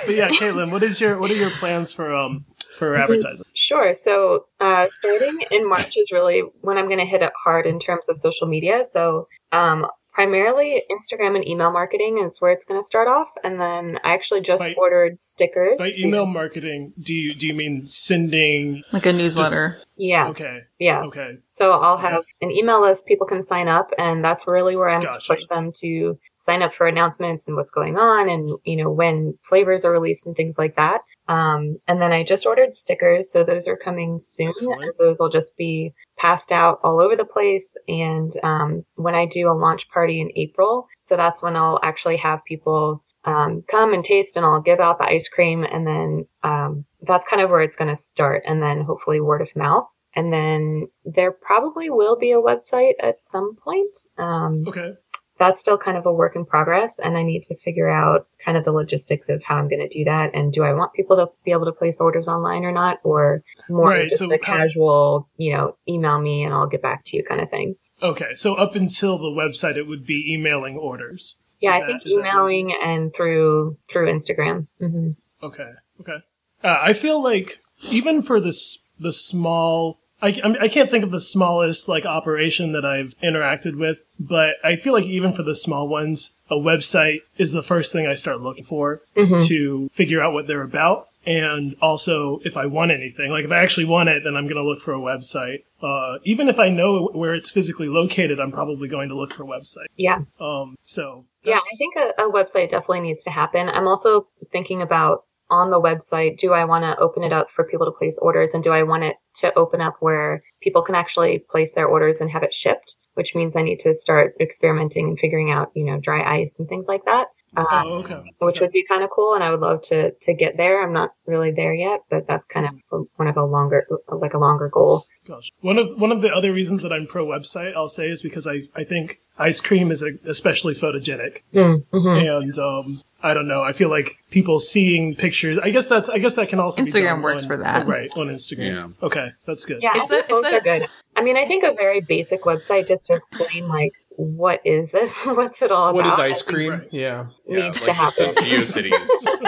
[SPEAKER 2] But yeah, Caitlin, what is your what are your plans for um for advertising?
[SPEAKER 6] Sure. So, uh, starting in March is really when I'm going to hit it hard in terms of social media. So, um, primarily Instagram and email marketing is where it's going to start off. And then I actually just
[SPEAKER 2] By-
[SPEAKER 6] ordered stickers.
[SPEAKER 2] By
[SPEAKER 6] to-
[SPEAKER 2] email marketing, do you do you mean sending
[SPEAKER 4] Like a newsletter.
[SPEAKER 6] Yeah.
[SPEAKER 2] Okay.
[SPEAKER 6] Yeah.
[SPEAKER 2] Okay.
[SPEAKER 6] So I'll have an email list people can sign up, and that's really where I'm
[SPEAKER 2] Gotcha.
[SPEAKER 6] push them to sign up for announcements and what's going on, and you know when flavors are released and things like that. Um, and then I just ordered stickers, so those are coming soon.
[SPEAKER 2] Excellent.
[SPEAKER 6] And those will just be passed out all over the place. And um, when I do a launch party in April, so that's when I'll actually have people um, come and taste, and I'll give out the ice cream, and then um, that's kind of where it's going to start, and then hopefully word of mouth. And then there probably will be a website at some point. Um,
[SPEAKER 2] Okay.
[SPEAKER 6] that's still kind of a work in progress and i need to figure out kind of the logistics of how i'm going to do that and do i want people to be able to place orders online or not or more
[SPEAKER 2] Right,
[SPEAKER 6] just
[SPEAKER 2] so
[SPEAKER 6] a
[SPEAKER 2] how-
[SPEAKER 6] casual you know email me and i'll get back to you kind of thing
[SPEAKER 2] Okay. So up until the website, it would be emailing orders.
[SPEAKER 6] yeah
[SPEAKER 2] Is
[SPEAKER 6] i
[SPEAKER 2] that-
[SPEAKER 6] think
[SPEAKER 2] is that-
[SPEAKER 6] emailing and through through instagram hmm
[SPEAKER 2] Okay. Okay. Uh, I feel like even for this the small, I, I mean, I can't think of the smallest like operation that I've interacted with, but I feel like even for the small ones, a website is the first thing I start looking for
[SPEAKER 6] Mm-hmm. Hmm.
[SPEAKER 2] to figure out what they're about. And also, if I want anything, like if I actually want it, then I'm going to look for a website. Uh, even if I know where it's physically located, I'm probably going to look for a website.
[SPEAKER 6] yeah
[SPEAKER 2] Um, so
[SPEAKER 6] Yeah, I
[SPEAKER 2] that's-
[SPEAKER 6] think a, a website definitely needs to happen. I'm also thinking about on the website, do I want to open it up for people to place orders and do I want it to open up where people can actually place their orders and have it shipped, which means I need to start experimenting and figuring out, you know, dry ice and things like that. Uh,
[SPEAKER 2] Oh, okay.
[SPEAKER 6] which would be kind of cool and I would love to to get there. I'm not really there yet, but that's kind of one of a longer like a longer goal.
[SPEAKER 2] Gosh. One of one of the other reasons that I'm pro website, I'll say, is because I, I think ice cream is especially photogenic,
[SPEAKER 6] Mm-hmm.
[SPEAKER 2] and um, I don't know. I feel like people seeing pictures. I guess that's I guess that can also be
[SPEAKER 4] Instagram
[SPEAKER 2] done
[SPEAKER 4] works
[SPEAKER 2] on-
[SPEAKER 4] for that.
[SPEAKER 2] oh, right? On Instagram.
[SPEAKER 5] Yeah.
[SPEAKER 2] Okay, that's good.
[SPEAKER 6] Yeah,
[SPEAKER 4] It's
[SPEAKER 6] I think
[SPEAKER 4] a-
[SPEAKER 6] both
[SPEAKER 4] it's a-
[SPEAKER 6] are good. I mean, I think a very basic website just to explain like what is this, what's it all about.
[SPEAKER 3] What is
[SPEAKER 6] I
[SPEAKER 3] ice
[SPEAKER 6] think
[SPEAKER 3] cream?
[SPEAKER 2] right.
[SPEAKER 3] Yeah.
[SPEAKER 6] Needs
[SPEAKER 5] just
[SPEAKER 6] to
[SPEAKER 5] the
[SPEAKER 6] happen.
[SPEAKER 5] GeoCities. Um,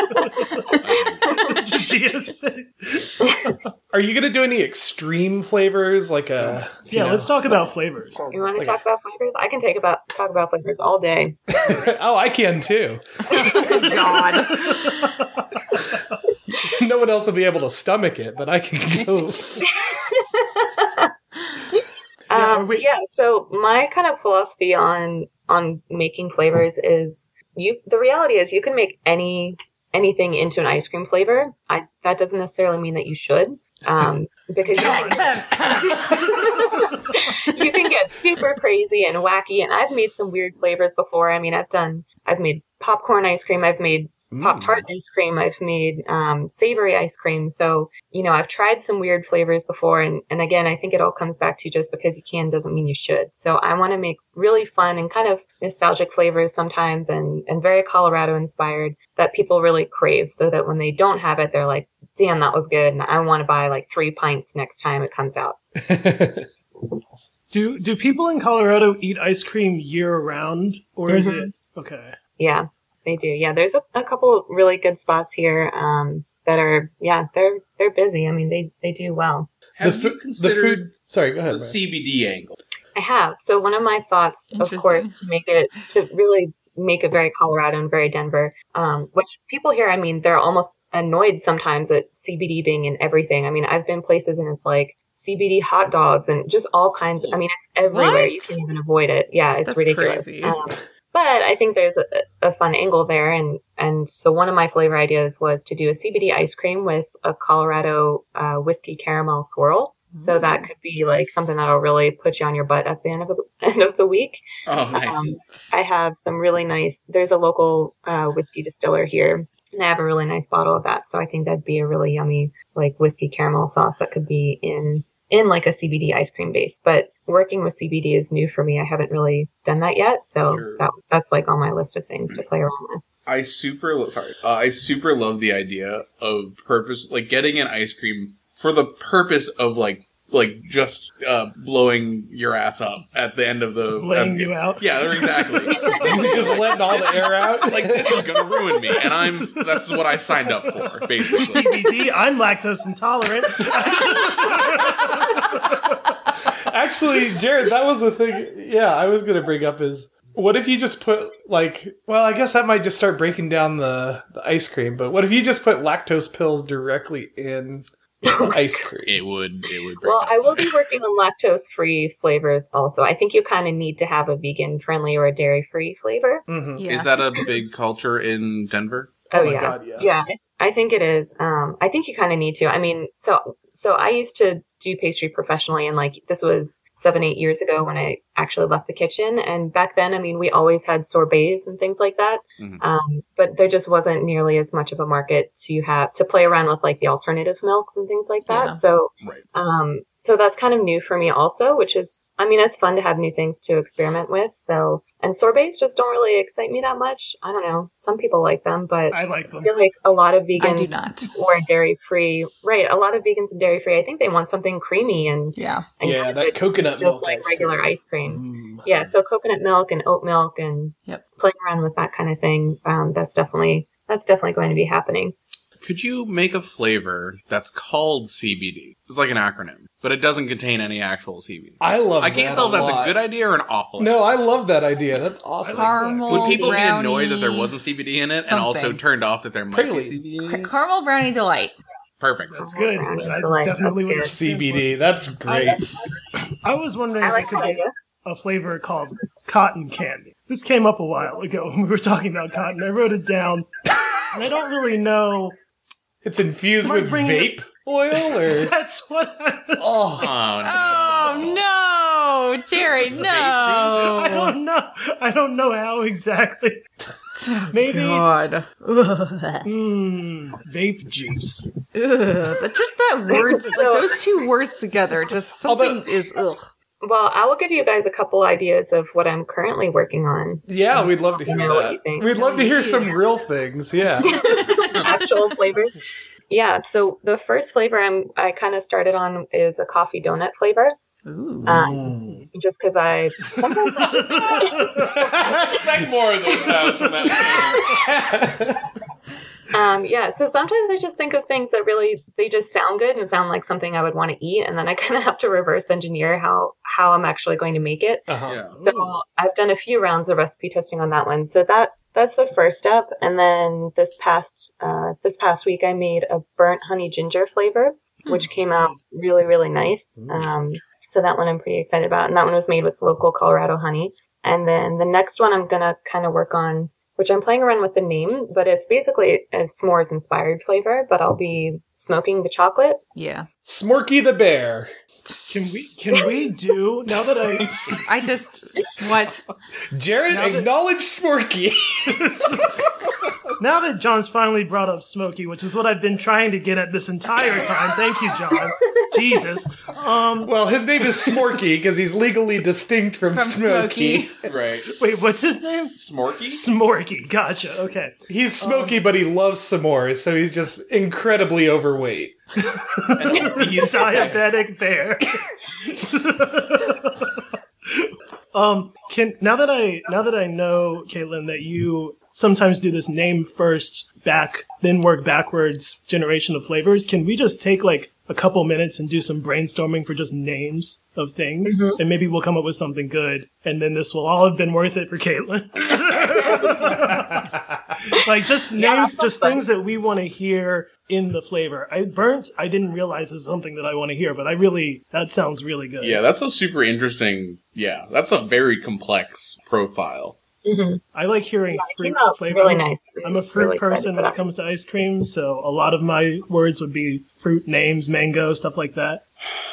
[SPEAKER 2] GSA.
[SPEAKER 3] Are you gonna do any extreme flavors like a?
[SPEAKER 2] yeah, let's talk about flavors.
[SPEAKER 6] You want to
[SPEAKER 3] Like
[SPEAKER 6] talk about flavors? I can take about talk about flavors all day.
[SPEAKER 3] oh, I can too.
[SPEAKER 4] God.
[SPEAKER 3] No one else will be able to stomach it, but I can go.
[SPEAKER 2] Yeah, are
[SPEAKER 6] Um,
[SPEAKER 2] we-
[SPEAKER 6] yeah. So my kind of philosophy on on making flavors is you. The reality is you can make any anything into an ice cream flavor. I that doesn't necessarily mean that you should. Um, because you can you can get super crazy and wacky and i've made some weird flavors before i mean i've done i've made popcorn ice cream i've made pop tart ice cream i've made um, savory ice cream so you know i've tried some weird flavors before and, and again i think it all comes back to just because you can doesn't mean you should so i want to make really fun and kind of nostalgic flavors sometimes and, and very colorado inspired that people really crave so that when they don't have it they're like damn that was good and i want to buy like three pints next time it comes out
[SPEAKER 2] Do do people in Colorado eat ice cream year round, or is
[SPEAKER 6] Mhm.
[SPEAKER 2] it okay?
[SPEAKER 6] Yeah, they do. Yeah, there's a, a couple really good spots here um, that are yeah they're they're busy. I mean they they do well.
[SPEAKER 1] Have
[SPEAKER 3] fu-
[SPEAKER 1] you considered
[SPEAKER 3] the food. Sorry, go
[SPEAKER 1] the
[SPEAKER 3] ahead. Ryan.
[SPEAKER 1] CBD angle?
[SPEAKER 6] I have so one of my thoughts, of
[SPEAKER 4] Interesting.
[SPEAKER 6] course, to make it to really make it very Colorado and very Denver, um, which people here, I mean, they're almost annoyed sometimes at CBD being in everything. I mean, I've been places and it's like CBD hot dogs and just all kinds. I mean, it's everywhere. You
[SPEAKER 4] What?
[SPEAKER 6] can't even avoid it. Yeah, it's
[SPEAKER 4] That's
[SPEAKER 6] ridiculous.
[SPEAKER 4] crazy.
[SPEAKER 6] Um, but I think there's a, a fun angle there, and and so one of my flavor ideas was to do a CBD ice cream with a Colorado uh, whiskey caramel swirl. So that could be like something that'll really put you on your butt at the end of the end of the week.
[SPEAKER 1] Oh, nice.
[SPEAKER 6] Um, I have some really nice. There's a local uh, whiskey distiller here, and I have a really nice bottle of that. So I think that'd be a really yummy like whiskey caramel sauce that could be in in like a CBD ice cream base. But working with CBD is new for me. I haven't really done that yet, so
[SPEAKER 1] Sure.
[SPEAKER 6] that that's like on my list of things to play around with.
[SPEAKER 1] I super lo- sorry. Uh, I super love the idea of purpose, like getting an ice cream for the purpose of like like just uh, blowing your ass up at the end of the
[SPEAKER 2] Laying
[SPEAKER 5] Um,
[SPEAKER 1] at-
[SPEAKER 2] you out.
[SPEAKER 1] Yeah, exactly.
[SPEAKER 3] just letting all the air out.
[SPEAKER 1] like this is gonna ruin me, and I'm that's what I signed up for, basically.
[SPEAKER 2] CBD. I'm lactose intolerant.
[SPEAKER 3] Actually, Jared, that was the thing. Yeah, I was gonna bring up is what if you just put like, well, I guess that might just start breaking down the, the ice cream. But what if you just put lactose pills directly in ice cream.
[SPEAKER 5] It would. It would. break
[SPEAKER 6] Well,
[SPEAKER 5] up.
[SPEAKER 6] I will be working on lactose free flavors also. I think you kind of need to have a vegan friendly or a dairy free flavor.
[SPEAKER 3] hmm
[SPEAKER 4] Yeah.
[SPEAKER 5] Is that a big culture in Denver?
[SPEAKER 6] Oh,
[SPEAKER 3] Oh my
[SPEAKER 6] yeah.
[SPEAKER 3] God, yeah.
[SPEAKER 6] I I think it is. Um, I think you kind of need to. I mean, so so I used to do pastry professionally, and like this was seven eight years ago when I actually left the kitchen. And back then, I mean, we always had sorbets and things like that,
[SPEAKER 5] Mhm.
[SPEAKER 6] um, but there just wasn't nearly as much of a market to have to play around with like the alternative milks and things like that.
[SPEAKER 4] Yeah.
[SPEAKER 6] So,
[SPEAKER 5] Right.
[SPEAKER 6] um, so that's kind of new for me also, which is, I mean, it's fun to have new things to experiment with. So, and sorbets just don't really excite me that much. I don't know. Some people like them, but
[SPEAKER 2] I like
[SPEAKER 6] I
[SPEAKER 2] them.
[SPEAKER 6] feel like a lot of
[SPEAKER 4] I do
[SPEAKER 6] vegans
[SPEAKER 4] not.
[SPEAKER 6] or dairy free, right? A lot of vegans and dairy free, I think they want something creamy and,
[SPEAKER 4] Yeah.
[SPEAKER 6] and
[SPEAKER 3] Yeah,
[SPEAKER 6] good,
[SPEAKER 3] that coconut
[SPEAKER 6] just
[SPEAKER 3] milk
[SPEAKER 6] like
[SPEAKER 3] ice cream.
[SPEAKER 6] regular ice cream.
[SPEAKER 3] Mm.
[SPEAKER 6] Yeah, so coconut milk and oat milk and
[SPEAKER 4] Yep.
[SPEAKER 6] playing around with that kind of thing. Um, that's definitely that's definitely going to be happening.
[SPEAKER 5] Could you make a flavor that's called CBD? It's like an acronym, but it doesn't contain any actual CBD.
[SPEAKER 3] I love.
[SPEAKER 5] I can't
[SPEAKER 3] that
[SPEAKER 5] tell if that's
[SPEAKER 3] Oh, lot.
[SPEAKER 5] a good idea or an awful. idea.
[SPEAKER 3] No, I love that idea. That's awesome.
[SPEAKER 4] Caramel
[SPEAKER 5] Would people
[SPEAKER 4] brownie,
[SPEAKER 5] be annoyed that there wasn't CBD in it, and also
[SPEAKER 4] something.
[SPEAKER 5] turned off that there might
[SPEAKER 3] Praline.
[SPEAKER 5] be CBD? in
[SPEAKER 4] Ca-
[SPEAKER 5] it?
[SPEAKER 4] caramel brownie delight?
[SPEAKER 5] Perfect.
[SPEAKER 2] That's good.
[SPEAKER 6] Brownies
[SPEAKER 2] That's
[SPEAKER 6] delight.
[SPEAKER 2] definitely what
[SPEAKER 6] That's
[SPEAKER 3] CBD. That's great.
[SPEAKER 2] I was wondering
[SPEAKER 6] I
[SPEAKER 2] if
[SPEAKER 6] like
[SPEAKER 2] it
[SPEAKER 6] that
[SPEAKER 2] could be
[SPEAKER 6] idea.
[SPEAKER 2] a flavor called cotton candy. This came up a while ago when we were talking about cotton. I wrote it down. And I don't really know.
[SPEAKER 3] It's infused
[SPEAKER 2] Am I
[SPEAKER 3] with
[SPEAKER 2] bringing
[SPEAKER 3] vape oil or
[SPEAKER 2] That's what I was.
[SPEAKER 5] Oh,
[SPEAKER 3] oh,
[SPEAKER 5] no.
[SPEAKER 4] Oh no, Jerry,
[SPEAKER 2] I
[SPEAKER 4] no.
[SPEAKER 2] don't know. I don't know how exactly. Maybe.
[SPEAKER 4] Oh, God. Ugh.
[SPEAKER 2] Mm, vape juice.
[SPEAKER 4] But just that words, like those two words together, just something
[SPEAKER 3] Although-
[SPEAKER 4] is ugh.
[SPEAKER 6] Well, I will give you guys a couple ideas of what I'm currently working on.
[SPEAKER 3] yeah. We'd love to hear
[SPEAKER 6] You know what
[SPEAKER 3] that.
[SPEAKER 6] you think.
[SPEAKER 3] We'd love to hear some real things. Yeah.
[SPEAKER 6] actual flavors. Yeah, so the first flavor I'm I kind of started on is a coffee donut flavor,
[SPEAKER 4] Ooh.
[SPEAKER 6] um, just because I sometimes I just
[SPEAKER 5] Expect more of those sounds from that.
[SPEAKER 3] Uh-huh.
[SPEAKER 6] um, yeah. So sometimes I just think of things that really they just sound good and sound like something I would want to eat, and then I kind of have to reverse engineer how how I'm actually going to make it.
[SPEAKER 3] Uh-huh.
[SPEAKER 5] Yeah.
[SPEAKER 6] So I've done a few rounds of recipe testing on that one. So that that's the first step, and then this past uh, this past week I made a burnt honey ginger flavor,
[SPEAKER 2] Hmm,
[SPEAKER 6] which came out really really nice. Um, so that one I'm pretty excited about, and that one was made with local Colorado honey. And then the next one I'm gonna kind of work on, which I'm playing around with the name, but it's basically a s'mores inspired flavor. But I'll be smoking the chocolate.
[SPEAKER 4] Yeah.
[SPEAKER 3] Smorky the bear.
[SPEAKER 2] Can we? Can we do now that I
[SPEAKER 4] I just what?
[SPEAKER 3] Jared,
[SPEAKER 2] Now that-
[SPEAKER 3] acknowledge Smorky.
[SPEAKER 2] Now that John's finally brought up Smokey, which is what I've been trying to get at this entire time, thank you, John. Jesus. Um,
[SPEAKER 3] well, his name is Smorky because he's legally distinct from,
[SPEAKER 4] From
[SPEAKER 3] Smokey.
[SPEAKER 4] Smokey.
[SPEAKER 5] Right.
[SPEAKER 2] wait, what's his name?
[SPEAKER 5] Smorky?
[SPEAKER 2] Smorky. Gotcha. Okay.
[SPEAKER 3] He's Smokey, but he loves s'mores, so he's just incredibly overweight.
[SPEAKER 2] He's diabetic bear. um, can now that I now that I know Caitlin that you sometimes do this name first, back then work backwards generation of flavors. Can we just take like a couple minutes and do some brainstorming for just names of things, and maybe we'll come up with something good, and then this will all have been worth it for Caitlin. like just names, just things that we want to hear in the flavor. I burnt. I didn't realize is something that I want to hear, but I really that sounds really good.
[SPEAKER 5] Yeah, that's a super interesting. Yeah, that's a very complex profile.
[SPEAKER 2] I like hearing
[SPEAKER 6] It
[SPEAKER 2] Mm-hmm. fruit
[SPEAKER 6] came out
[SPEAKER 2] flavor.
[SPEAKER 6] really nice.
[SPEAKER 2] I'm a fruit
[SPEAKER 6] Really excited
[SPEAKER 2] person
[SPEAKER 6] for
[SPEAKER 2] when
[SPEAKER 6] that.
[SPEAKER 2] it comes to ice cream, so a lot of my words would be fruit names, mango, stuff like that.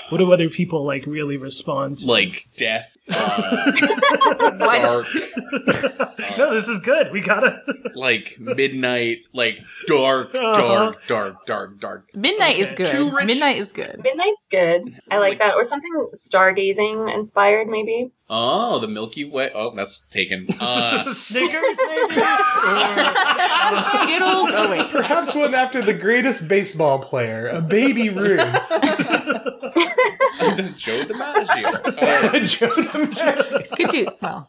[SPEAKER 2] What do other people like really respond to?
[SPEAKER 5] Like death, uh,
[SPEAKER 4] What?
[SPEAKER 5] dark,
[SPEAKER 2] No, this is good. We gotta.
[SPEAKER 5] like midnight, like dark,
[SPEAKER 2] Uh-huh.
[SPEAKER 5] dark, dark, dark, dark.
[SPEAKER 4] Midnight is
[SPEAKER 2] Okay.
[SPEAKER 4] good.
[SPEAKER 5] Too rich.
[SPEAKER 4] Midnight is good.
[SPEAKER 6] Midnight's good. I like that, or something stargazing inspired, maybe.
[SPEAKER 5] Oh, the Milky Way. Oh, that's taken. Uh,
[SPEAKER 2] Snickers, maybe? Or-
[SPEAKER 4] Skittles. Oh wait.
[SPEAKER 3] Perhaps one after the greatest baseball player, a baby Ruth.
[SPEAKER 5] Joe DiMaggio. Uh,
[SPEAKER 3] Joe DiMaggio.
[SPEAKER 4] Could do well.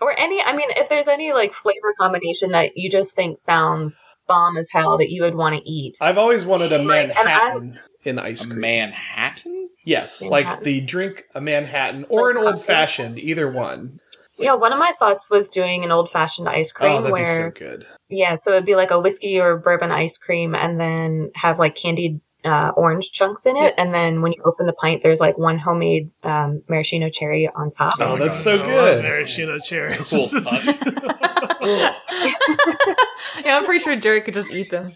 [SPEAKER 6] Or any, I mean, if there's any like flavor combination that you just think sounds bomb as hell that you would want to eat.
[SPEAKER 3] I've always wanted a
[SPEAKER 6] Like, and I-
[SPEAKER 3] Manhattan in ice cream.
[SPEAKER 5] Manhattan?
[SPEAKER 3] Yes, like
[SPEAKER 6] Manhattan.
[SPEAKER 3] the drink a Manhattan or an old fashioned, either one.
[SPEAKER 6] yeah, one of my thoughts was doing an old fashioned ice
[SPEAKER 3] Oh,
[SPEAKER 6] cream
[SPEAKER 3] that'd be
[SPEAKER 6] where,
[SPEAKER 3] so good.
[SPEAKER 6] yeah, so it'd be like a whiskey or bourbon ice cream and then have like candied uh, orange chunks in it, and then when you open the pint, there's like one homemade um, maraschino cherry on top.
[SPEAKER 3] Oh, that's
[SPEAKER 2] I
[SPEAKER 3] so
[SPEAKER 2] love
[SPEAKER 3] good.
[SPEAKER 2] Maraschino cherries.
[SPEAKER 5] Cool. Punch.
[SPEAKER 4] yeah, I'm pretty sure Jerry could just eat them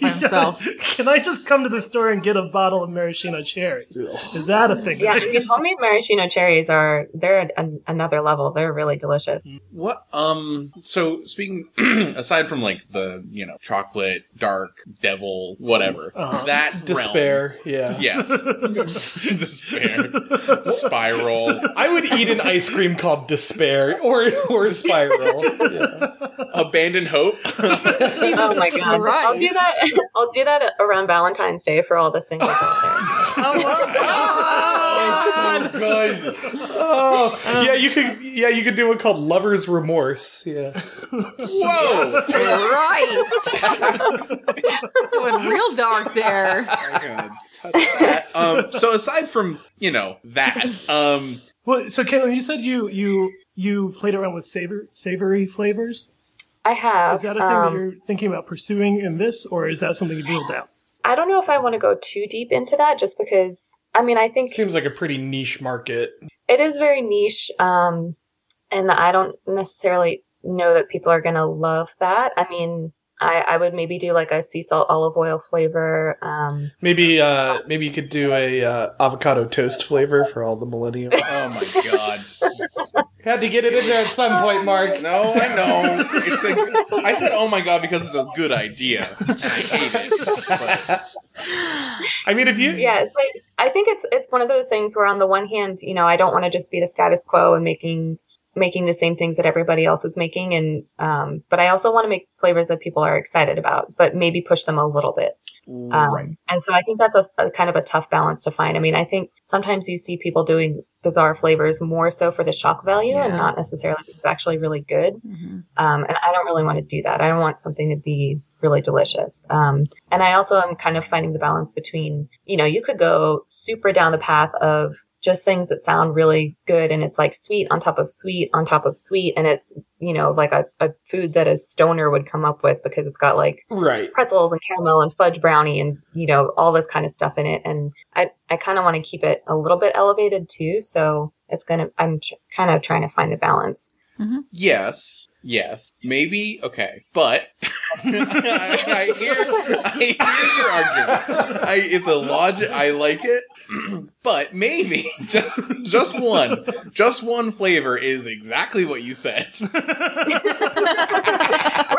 [SPEAKER 4] by himself.
[SPEAKER 2] Can I just come to the store and get a bottle of maraschino cherries? Is that a thing?
[SPEAKER 6] Yeah, I mean, homemade maraschino cherries are they're at an, another level. They're really delicious.
[SPEAKER 5] What um so speaking aside from like the, you know, chocolate, dark, devil, whatever.
[SPEAKER 2] Uh-huh.
[SPEAKER 5] That realm.
[SPEAKER 3] Despair. Yeah.
[SPEAKER 5] Yes. Despair. Spiral.
[SPEAKER 3] I would eat an ice cream called Despair or or Spiral. Yeah.
[SPEAKER 5] Abandon hope.
[SPEAKER 4] Jesus
[SPEAKER 6] Oh my god!
[SPEAKER 4] Christ.
[SPEAKER 6] I'll do that. I'll do that around Valentine's Day for all the singles out there.
[SPEAKER 4] Oh my god.
[SPEAKER 5] Good.
[SPEAKER 3] Oh, yeah. You could yeah you could do one called Lover's Remorse. Yeah.
[SPEAKER 5] Whoa.
[SPEAKER 4] Christ. Going real dark there.
[SPEAKER 5] I'm gonna touch that. Um so aside from, you know, that, um
[SPEAKER 2] Well, so Caitlin, you said you you you played around with savor, savory flavors.
[SPEAKER 6] I have.
[SPEAKER 2] Is
[SPEAKER 4] Uh,
[SPEAKER 2] that a thing
[SPEAKER 6] um,
[SPEAKER 2] that you're thinking about pursuing in this, or is that something you ruled out?
[SPEAKER 6] I don't know if I want to go too deep into that, just because I mean I think
[SPEAKER 3] Seems like a pretty niche market.
[SPEAKER 6] it is very niche, um, and I don't necessarily know that people are gonna love that. I mean, I, I would maybe do like a sea salt olive oil flavor. Um,
[SPEAKER 3] Maybe uh maybe you could do a uh, avocado toast flavor for all the millennials.
[SPEAKER 5] Oh my
[SPEAKER 3] Had to get it in there at some point, Mark.
[SPEAKER 5] god. No, I know. It's like I said oh my god because it's a good idea. I hate it. But
[SPEAKER 3] I mean, if you
[SPEAKER 6] yeah, it's like I think it's it's one of those things where on the one hand, you know, I don't want to just be the status quo and making making the same things that everybody else is making, and um, but I also want to make flavors that people are excited about, but maybe push them a little bit. Um, And so I think that's a, a kind of a tough balance to find. I mean, I think sometimes you see people doing bizarre flavors more so for the shock value and
[SPEAKER 4] Yeah.
[SPEAKER 6] not necessarily because it's actually really good. Um, and I don't really want to do that. I don't want something to be really delicious. Um, and I also am kind of finding the balance between, you know, you could go super down the path of just things that sound really good and it's like sweet on top of sweet on top of sweet. And it's, you know, like a, a food that a stoner would come up with because it's got like
[SPEAKER 3] right,
[SPEAKER 6] pretzels and caramel and fudge brownie and you know all this kind of stuff in it and i i kind of want to keep it a little bit elevated too so it's gonna i'm tr- kind of trying to find the balance
[SPEAKER 5] Yes. Yes. Maybe. Okay. But I, I, hear, I hear your argument. I, it's a logic. I like it. but maybe just just one, just one flavor is exactly what you said.
[SPEAKER 6] right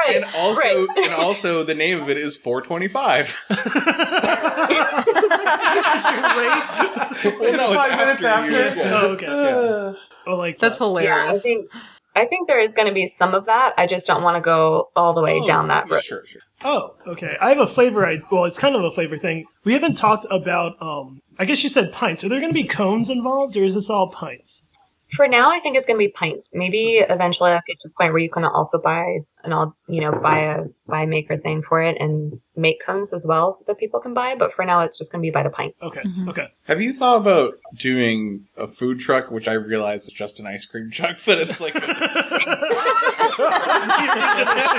[SPEAKER 5] And also,
[SPEAKER 6] right.
[SPEAKER 5] and also, the name of it is 425.
[SPEAKER 2] Right?
[SPEAKER 5] Well,
[SPEAKER 3] It's five minutes
[SPEAKER 5] you-
[SPEAKER 3] after.
[SPEAKER 5] yeah.
[SPEAKER 2] Oh, okay.
[SPEAKER 3] Uh,
[SPEAKER 2] Well, like
[SPEAKER 4] That's
[SPEAKER 2] that.
[SPEAKER 6] yeah i
[SPEAKER 4] hilarious.
[SPEAKER 6] think i think there is going to be some of that i just don't want to go all the way
[SPEAKER 2] Oh,
[SPEAKER 6] down that road
[SPEAKER 5] Sure, sure.
[SPEAKER 2] Oh, okay. I have a flavor. I well, it's kind of a flavor thing. We haven't talked about. Um, I guess you said pints. Are there going to be cones involved, or is this all pints?
[SPEAKER 6] for now i think it's going to be pints maybe eventually i'll get to the point where you can also buy and i'll you know buy a buy maker thing for it and make cones as well that people can buy but for now it's just going to be by the pint
[SPEAKER 2] Okay.
[SPEAKER 4] Mm-hmm.
[SPEAKER 2] Okay.
[SPEAKER 5] Have you thought about doing a food truck, which I realize is just an ice cream truck, but it's like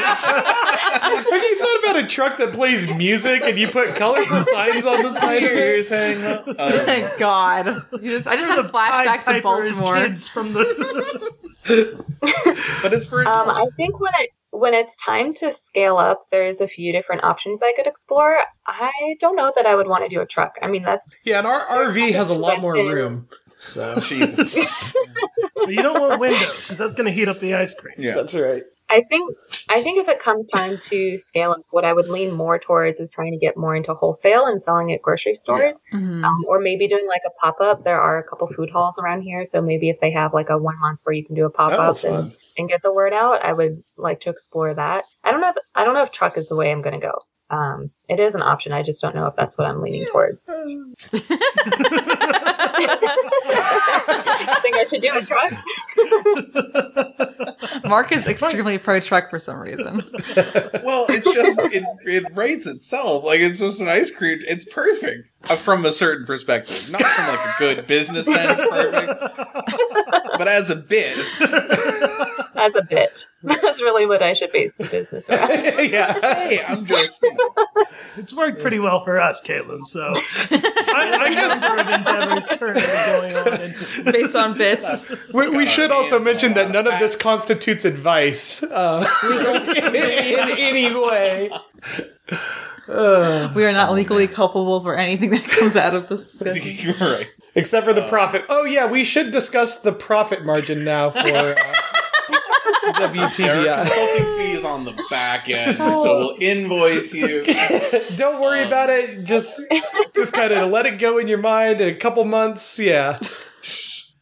[SPEAKER 3] have you thought about a truck that plays music and you put colorful signs on the side of it?
[SPEAKER 5] Here's hanging up. Um,
[SPEAKER 4] Thank God. You just- I just had
[SPEAKER 2] Sort of Pied
[SPEAKER 4] flashbacks to
[SPEAKER 2] Piper's
[SPEAKER 4] Baltimore.
[SPEAKER 2] Kids from the
[SPEAKER 5] but it's for
[SPEAKER 6] Um, I think when it when it's time to scale up, there's a few different options I could explore. I don't know that I would want to do a truck. I mean, that's
[SPEAKER 3] Yeah, and our RV has a lot more
[SPEAKER 6] Weston.
[SPEAKER 3] room. So
[SPEAKER 5] Jesus.
[SPEAKER 2] but you don't want windows because that's going to heat up the ice cream.
[SPEAKER 5] yeah.
[SPEAKER 3] that's right.
[SPEAKER 6] I think I think if it comes time to scale up, what I would lean more towards is trying to get more into wholesale and selling at grocery stores,
[SPEAKER 4] Mhm.
[SPEAKER 6] um, or maybe doing like a pop up. There are a couple food halls around here, so maybe if they have like a one month where you can do a pop up and,
[SPEAKER 3] fun.
[SPEAKER 6] and get the word out, I would like to explore that. I don't know. If, I don't know if truck is the way I'm going to go. Um, it is an option. I just don't know if that's what I'm leaning towards. I think I should do a truck.
[SPEAKER 4] Mark is extremely pro truck for some reason.
[SPEAKER 5] Well, it's just it, it rates itself. Like it's just an ice cream. It's perfect uh, from a certain perspective, not from like a good business sense. Perfect, but as a bit,
[SPEAKER 6] as a bit. That's really what I should base the business around.
[SPEAKER 3] yeah.
[SPEAKER 1] Hey, I'm just.
[SPEAKER 2] It's worked pretty well for us, Caitlin. So I, I guess there have endeavors currently going on. And
[SPEAKER 4] based on bits.
[SPEAKER 3] We, we should also
[SPEAKER 1] man.
[SPEAKER 3] mention that none of this constitutes advice uh, in any way.
[SPEAKER 4] We are not legally culpable for anything that comes out of this discussion.
[SPEAKER 1] You're right.
[SPEAKER 3] Except for the profit. Oh, yeah, we should discuss the profit margin now for uh,
[SPEAKER 1] Our
[SPEAKER 3] WTBI.
[SPEAKER 1] consulting fee is on the back end,
[SPEAKER 2] Oh.
[SPEAKER 1] so we'll invoice you.
[SPEAKER 3] Don't worry about it. Just, just kind of let it go in your mind. In a couple months, yeah.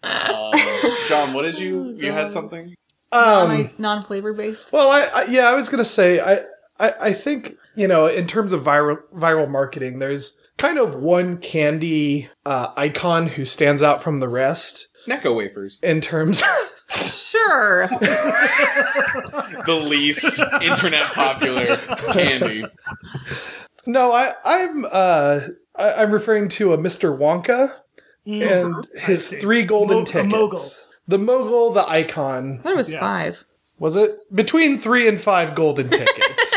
[SPEAKER 1] Um, John, what did
[SPEAKER 2] Oh,
[SPEAKER 1] you? You had something?
[SPEAKER 3] Um,
[SPEAKER 4] Non- non-flavor based.
[SPEAKER 3] well, I, I yeah, I was gonna say I, I I think you know in terms of viral viral marketing, there's kind of one candy uh, icon who stands out from the rest
[SPEAKER 1] Necco wafers.
[SPEAKER 3] in terms.
[SPEAKER 4] Sure.
[SPEAKER 1] The least internet popular candy.
[SPEAKER 3] no, I I'm uh I, I'm referring to a Mr. Wonka and his
[SPEAKER 2] see.
[SPEAKER 3] three golden
[SPEAKER 2] Mo- a
[SPEAKER 3] tickets.
[SPEAKER 2] mogul.
[SPEAKER 3] The mogul, the icon,
[SPEAKER 4] What was
[SPEAKER 2] Yes.
[SPEAKER 4] five?
[SPEAKER 3] Was it between three and five golden tickets?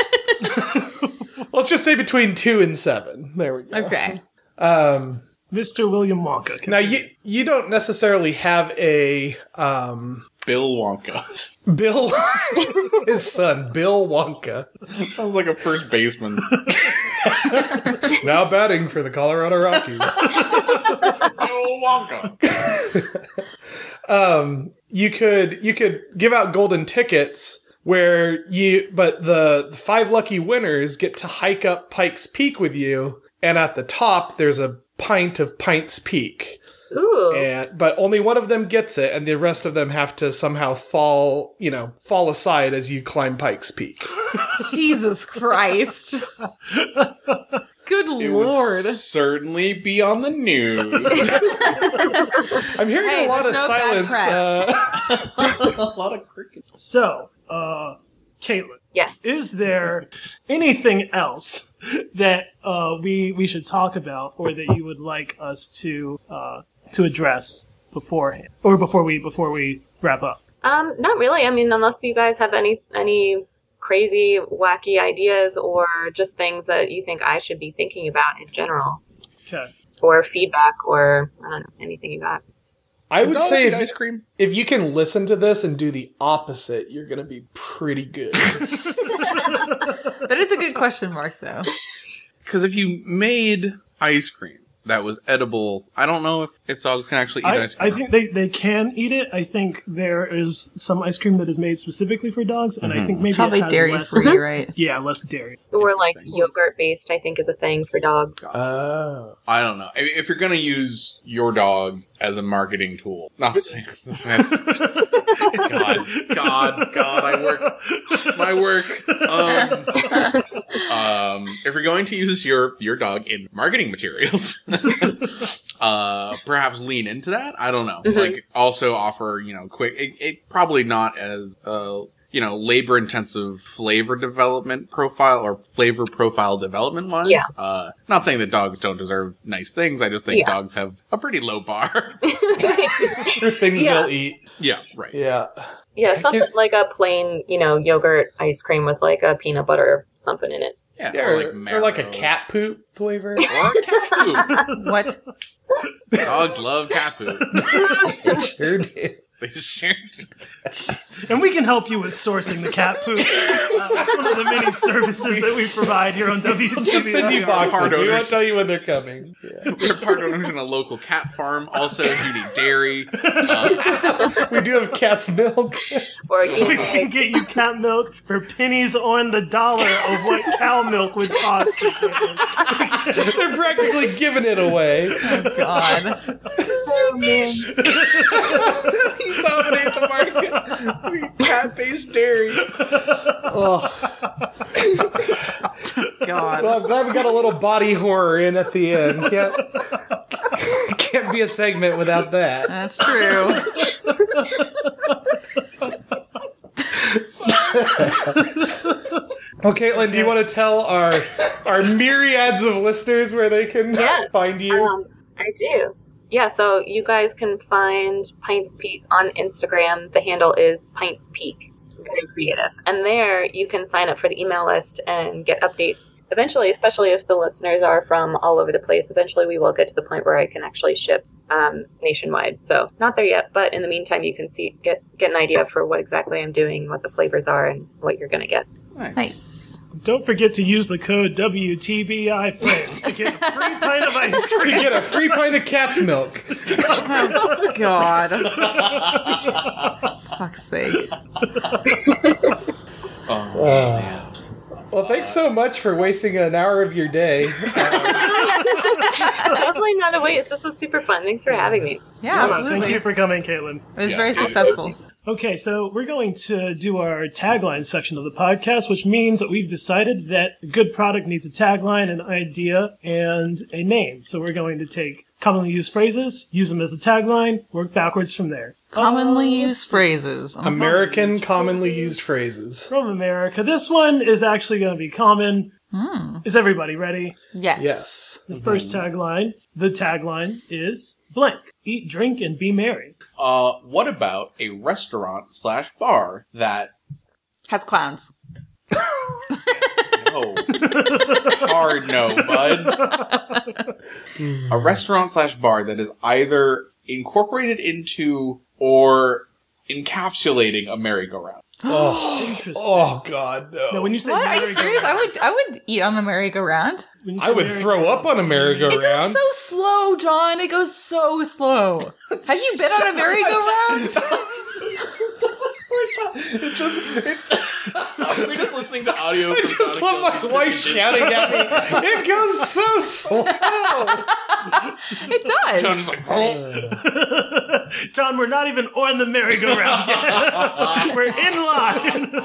[SPEAKER 3] Let's just say between two and seven. There we go.
[SPEAKER 4] Okay.
[SPEAKER 3] Um,
[SPEAKER 2] Mr. William Wonka.
[SPEAKER 3] now you you don't necessarily have a um,
[SPEAKER 1] Bill Wonka.
[SPEAKER 3] Bill, his son Bill Wonka,
[SPEAKER 1] Sounds like a first baseman.
[SPEAKER 3] now batting for the Colorado Rockies.
[SPEAKER 1] Bill Wonka.
[SPEAKER 3] um, you could you could give out golden tickets where you but the, the five lucky winners get to hike up Pikes Peak with you, and at the top there's a pint of Pints Peak.
[SPEAKER 1] Oh.
[SPEAKER 6] Ooh.
[SPEAKER 3] and but only one of them gets it and the rest of them have to somehow fall you know fall aside as you climb pikes peak
[SPEAKER 4] Jesus Christ. Good
[SPEAKER 1] It
[SPEAKER 4] lord.
[SPEAKER 1] would certainly be on the news.
[SPEAKER 3] i'm hearing
[SPEAKER 4] Hey,
[SPEAKER 3] a lot of
[SPEAKER 4] there's no bad
[SPEAKER 3] silence
[SPEAKER 4] press.
[SPEAKER 3] uh,
[SPEAKER 1] a lot of crickets.
[SPEAKER 2] So, uh, Caitlin,
[SPEAKER 6] Yes.
[SPEAKER 2] is there anything else that uh, we we should talk about, or that you would like us to uh, to address beforehand, or before we before we wrap up?
[SPEAKER 6] Um, not really. I mean, unless you guys have any any crazy, wacky ideas or just things that you think I should be thinking about in general,
[SPEAKER 2] Okay.
[SPEAKER 6] or feedback, or I don't know anything you got.
[SPEAKER 3] i would
[SPEAKER 1] Dollar
[SPEAKER 3] say
[SPEAKER 1] Tree
[SPEAKER 3] if,
[SPEAKER 1] ice cream.
[SPEAKER 3] if you can listen to this and do the opposite you're gonna be pretty good
[SPEAKER 4] That is a good question mark, though.
[SPEAKER 5] Because if you made ice cream that was edible, I don't know if, if dogs can actually eat
[SPEAKER 2] I,
[SPEAKER 5] ice cream.
[SPEAKER 2] I think they, they can eat it. I think there is some ice cream that is made specifically for dogs, and I think maybe
[SPEAKER 4] Probably
[SPEAKER 2] it has
[SPEAKER 4] dairy
[SPEAKER 2] less,
[SPEAKER 4] free, right?
[SPEAKER 2] Yeah, less dairy.
[SPEAKER 6] Or like yogurt based, I think is a thing for dogs.
[SPEAKER 3] oh
[SPEAKER 1] I don't know. I mean, if you're going to use your dog as a marketing tool, not saying that's. God, God, God, I work. My work. Um, um, if you're going to use your, your dog in marketing materials,
[SPEAKER 5] uh, perhaps lean into that. I don't know.
[SPEAKER 6] Mhm.
[SPEAKER 5] Like also offer, you know, quick, it, it probably not as, uh, you know, labor intensive flavor development profile or flavor profile development wise.
[SPEAKER 6] Yeah.
[SPEAKER 5] Uh, not saying that dogs don't deserve nice things. I just think
[SPEAKER 6] Yeah.
[SPEAKER 5] dogs have a pretty low bar.
[SPEAKER 3] things
[SPEAKER 6] Yeah.
[SPEAKER 3] they'll eat
[SPEAKER 5] yeah. Right.
[SPEAKER 3] yeah
[SPEAKER 6] yeah, something like a plain, you know, yogurt ice cream with like a peanut butter something in it.
[SPEAKER 5] Yeah.
[SPEAKER 3] yeah or, or like a
[SPEAKER 5] marrow.
[SPEAKER 3] cat poop
[SPEAKER 5] Or
[SPEAKER 3] flavor
[SPEAKER 5] a cat
[SPEAKER 4] What?
[SPEAKER 5] poop. dogs love cat poop.
[SPEAKER 3] sure do.
[SPEAKER 5] They sure do.
[SPEAKER 2] And we can help you with sourcing the cat poop. Uh, that's one of the many services that we provide here on WTBR.
[SPEAKER 3] just send you boxes we won't
[SPEAKER 5] owners.
[SPEAKER 3] tell you when they're coming Yeah.
[SPEAKER 5] We're part owners in a local cat farm. Also, if you need dairy. Uh,
[SPEAKER 3] we do have cat's milk
[SPEAKER 6] Or you
[SPEAKER 2] We
[SPEAKER 6] know,
[SPEAKER 2] can
[SPEAKER 6] like,
[SPEAKER 2] get you cat milk for pennies on the dollar of what cow milk would cost.
[SPEAKER 3] they're practically giving it away
[SPEAKER 4] God.
[SPEAKER 1] you dominate the market. Cat based dairy.
[SPEAKER 3] Ugh.
[SPEAKER 4] God.
[SPEAKER 3] Well, I'm glad we got a little body horror in at the end. Can't, can't be a segment without that.
[SPEAKER 4] That's true.
[SPEAKER 3] Well, Caitlin, do you want to tell our our myriads of listeners where they can
[SPEAKER 6] Yes.
[SPEAKER 3] find you?
[SPEAKER 6] um, I do. yeah, so you guys can find Pints Peak on Instagram. The handle is Pints Peak. Very creative. And there you can sign up for the email list and get updates. Eventually, especially if the listeners are from all over the place, eventually we will get to the point where I can actually ship um, nationwide. So not there yet, but in the meantime, you can see get get an idea for what exactly I'm doing, what the flavors are, and what you're going to get.
[SPEAKER 4] Nice.
[SPEAKER 2] Don't forget to use the code WTBI friends to get a free pint of ice
[SPEAKER 3] to
[SPEAKER 2] cream.
[SPEAKER 3] get a free pint of cat's milk.
[SPEAKER 4] Oh, God. Fuck's sake.
[SPEAKER 3] Well, thanks so much for wasting an hour of your day.
[SPEAKER 6] Definitely not a waste. This was super fun. Thanks for having me.
[SPEAKER 4] Yeah,
[SPEAKER 2] Thank
[SPEAKER 4] absolutely.
[SPEAKER 2] you
[SPEAKER 4] It
[SPEAKER 2] for coming, Caitlin.
[SPEAKER 4] was
[SPEAKER 5] Yeah.
[SPEAKER 4] very successful.
[SPEAKER 2] Okay, so we're going to do our tagline section of the podcast, which means that we've decided that a good product needs a tagline, an idea, and a name. So we're going to take commonly used phrases, use them as the tagline, work backwards from there. Um,
[SPEAKER 4] Commonly used phrases. Oh,
[SPEAKER 3] American commonly used phrases.
[SPEAKER 2] From America, this one is actually going to be common.
[SPEAKER 4] Hmm.
[SPEAKER 2] Is everybody ready?
[SPEAKER 4] Yes.
[SPEAKER 3] Yes.
[SPEAKER 2] The first tagline, the tagline is blank. Eat, drink, and be merry.
[SPEAKER 1] Uh, what about a restaurant slash bar that
[SPEAKER 4] Has clowns.
[SPEAKER 1] no. Hard no, bud. A restaurant slash bar that is either incorporated into or encapsulating a merry-go-round.
[SPEAKER 3] Oh,
[SPEAKER 2] Interesting.
[SPEAKER 3] oh God, no.
[SPEAKER 2] Now, when you say
[SPEAKER 4] What? Are you
[SPEAKER 2] merry-go-round-
[SPEAKER 4] serious? I would I would eat on the merry-go-round.
[SPEAKER 2] when you say
[SPEAKER 3] I would
[SPEAKER 2] merry-
[SPEAKER 3] throw up on a
[SPEAKER 4] It goes
[SPEAKER 3] merry-go-round.
[SPEAKER 4] so slow, John. It goes so slow. Have you been on a merry-go-round?
[SPEAKER 1] It's just it's we're just listening to audio.
[SPEAKER 3] I just love my wife shouting at me. It goes so slow.
[SPEAKER 4] It does.
[SPEAKER 1] John's like, "Oh."
[SPEAKER 2] John, we're not even on the merry-go-round yet. we're in line.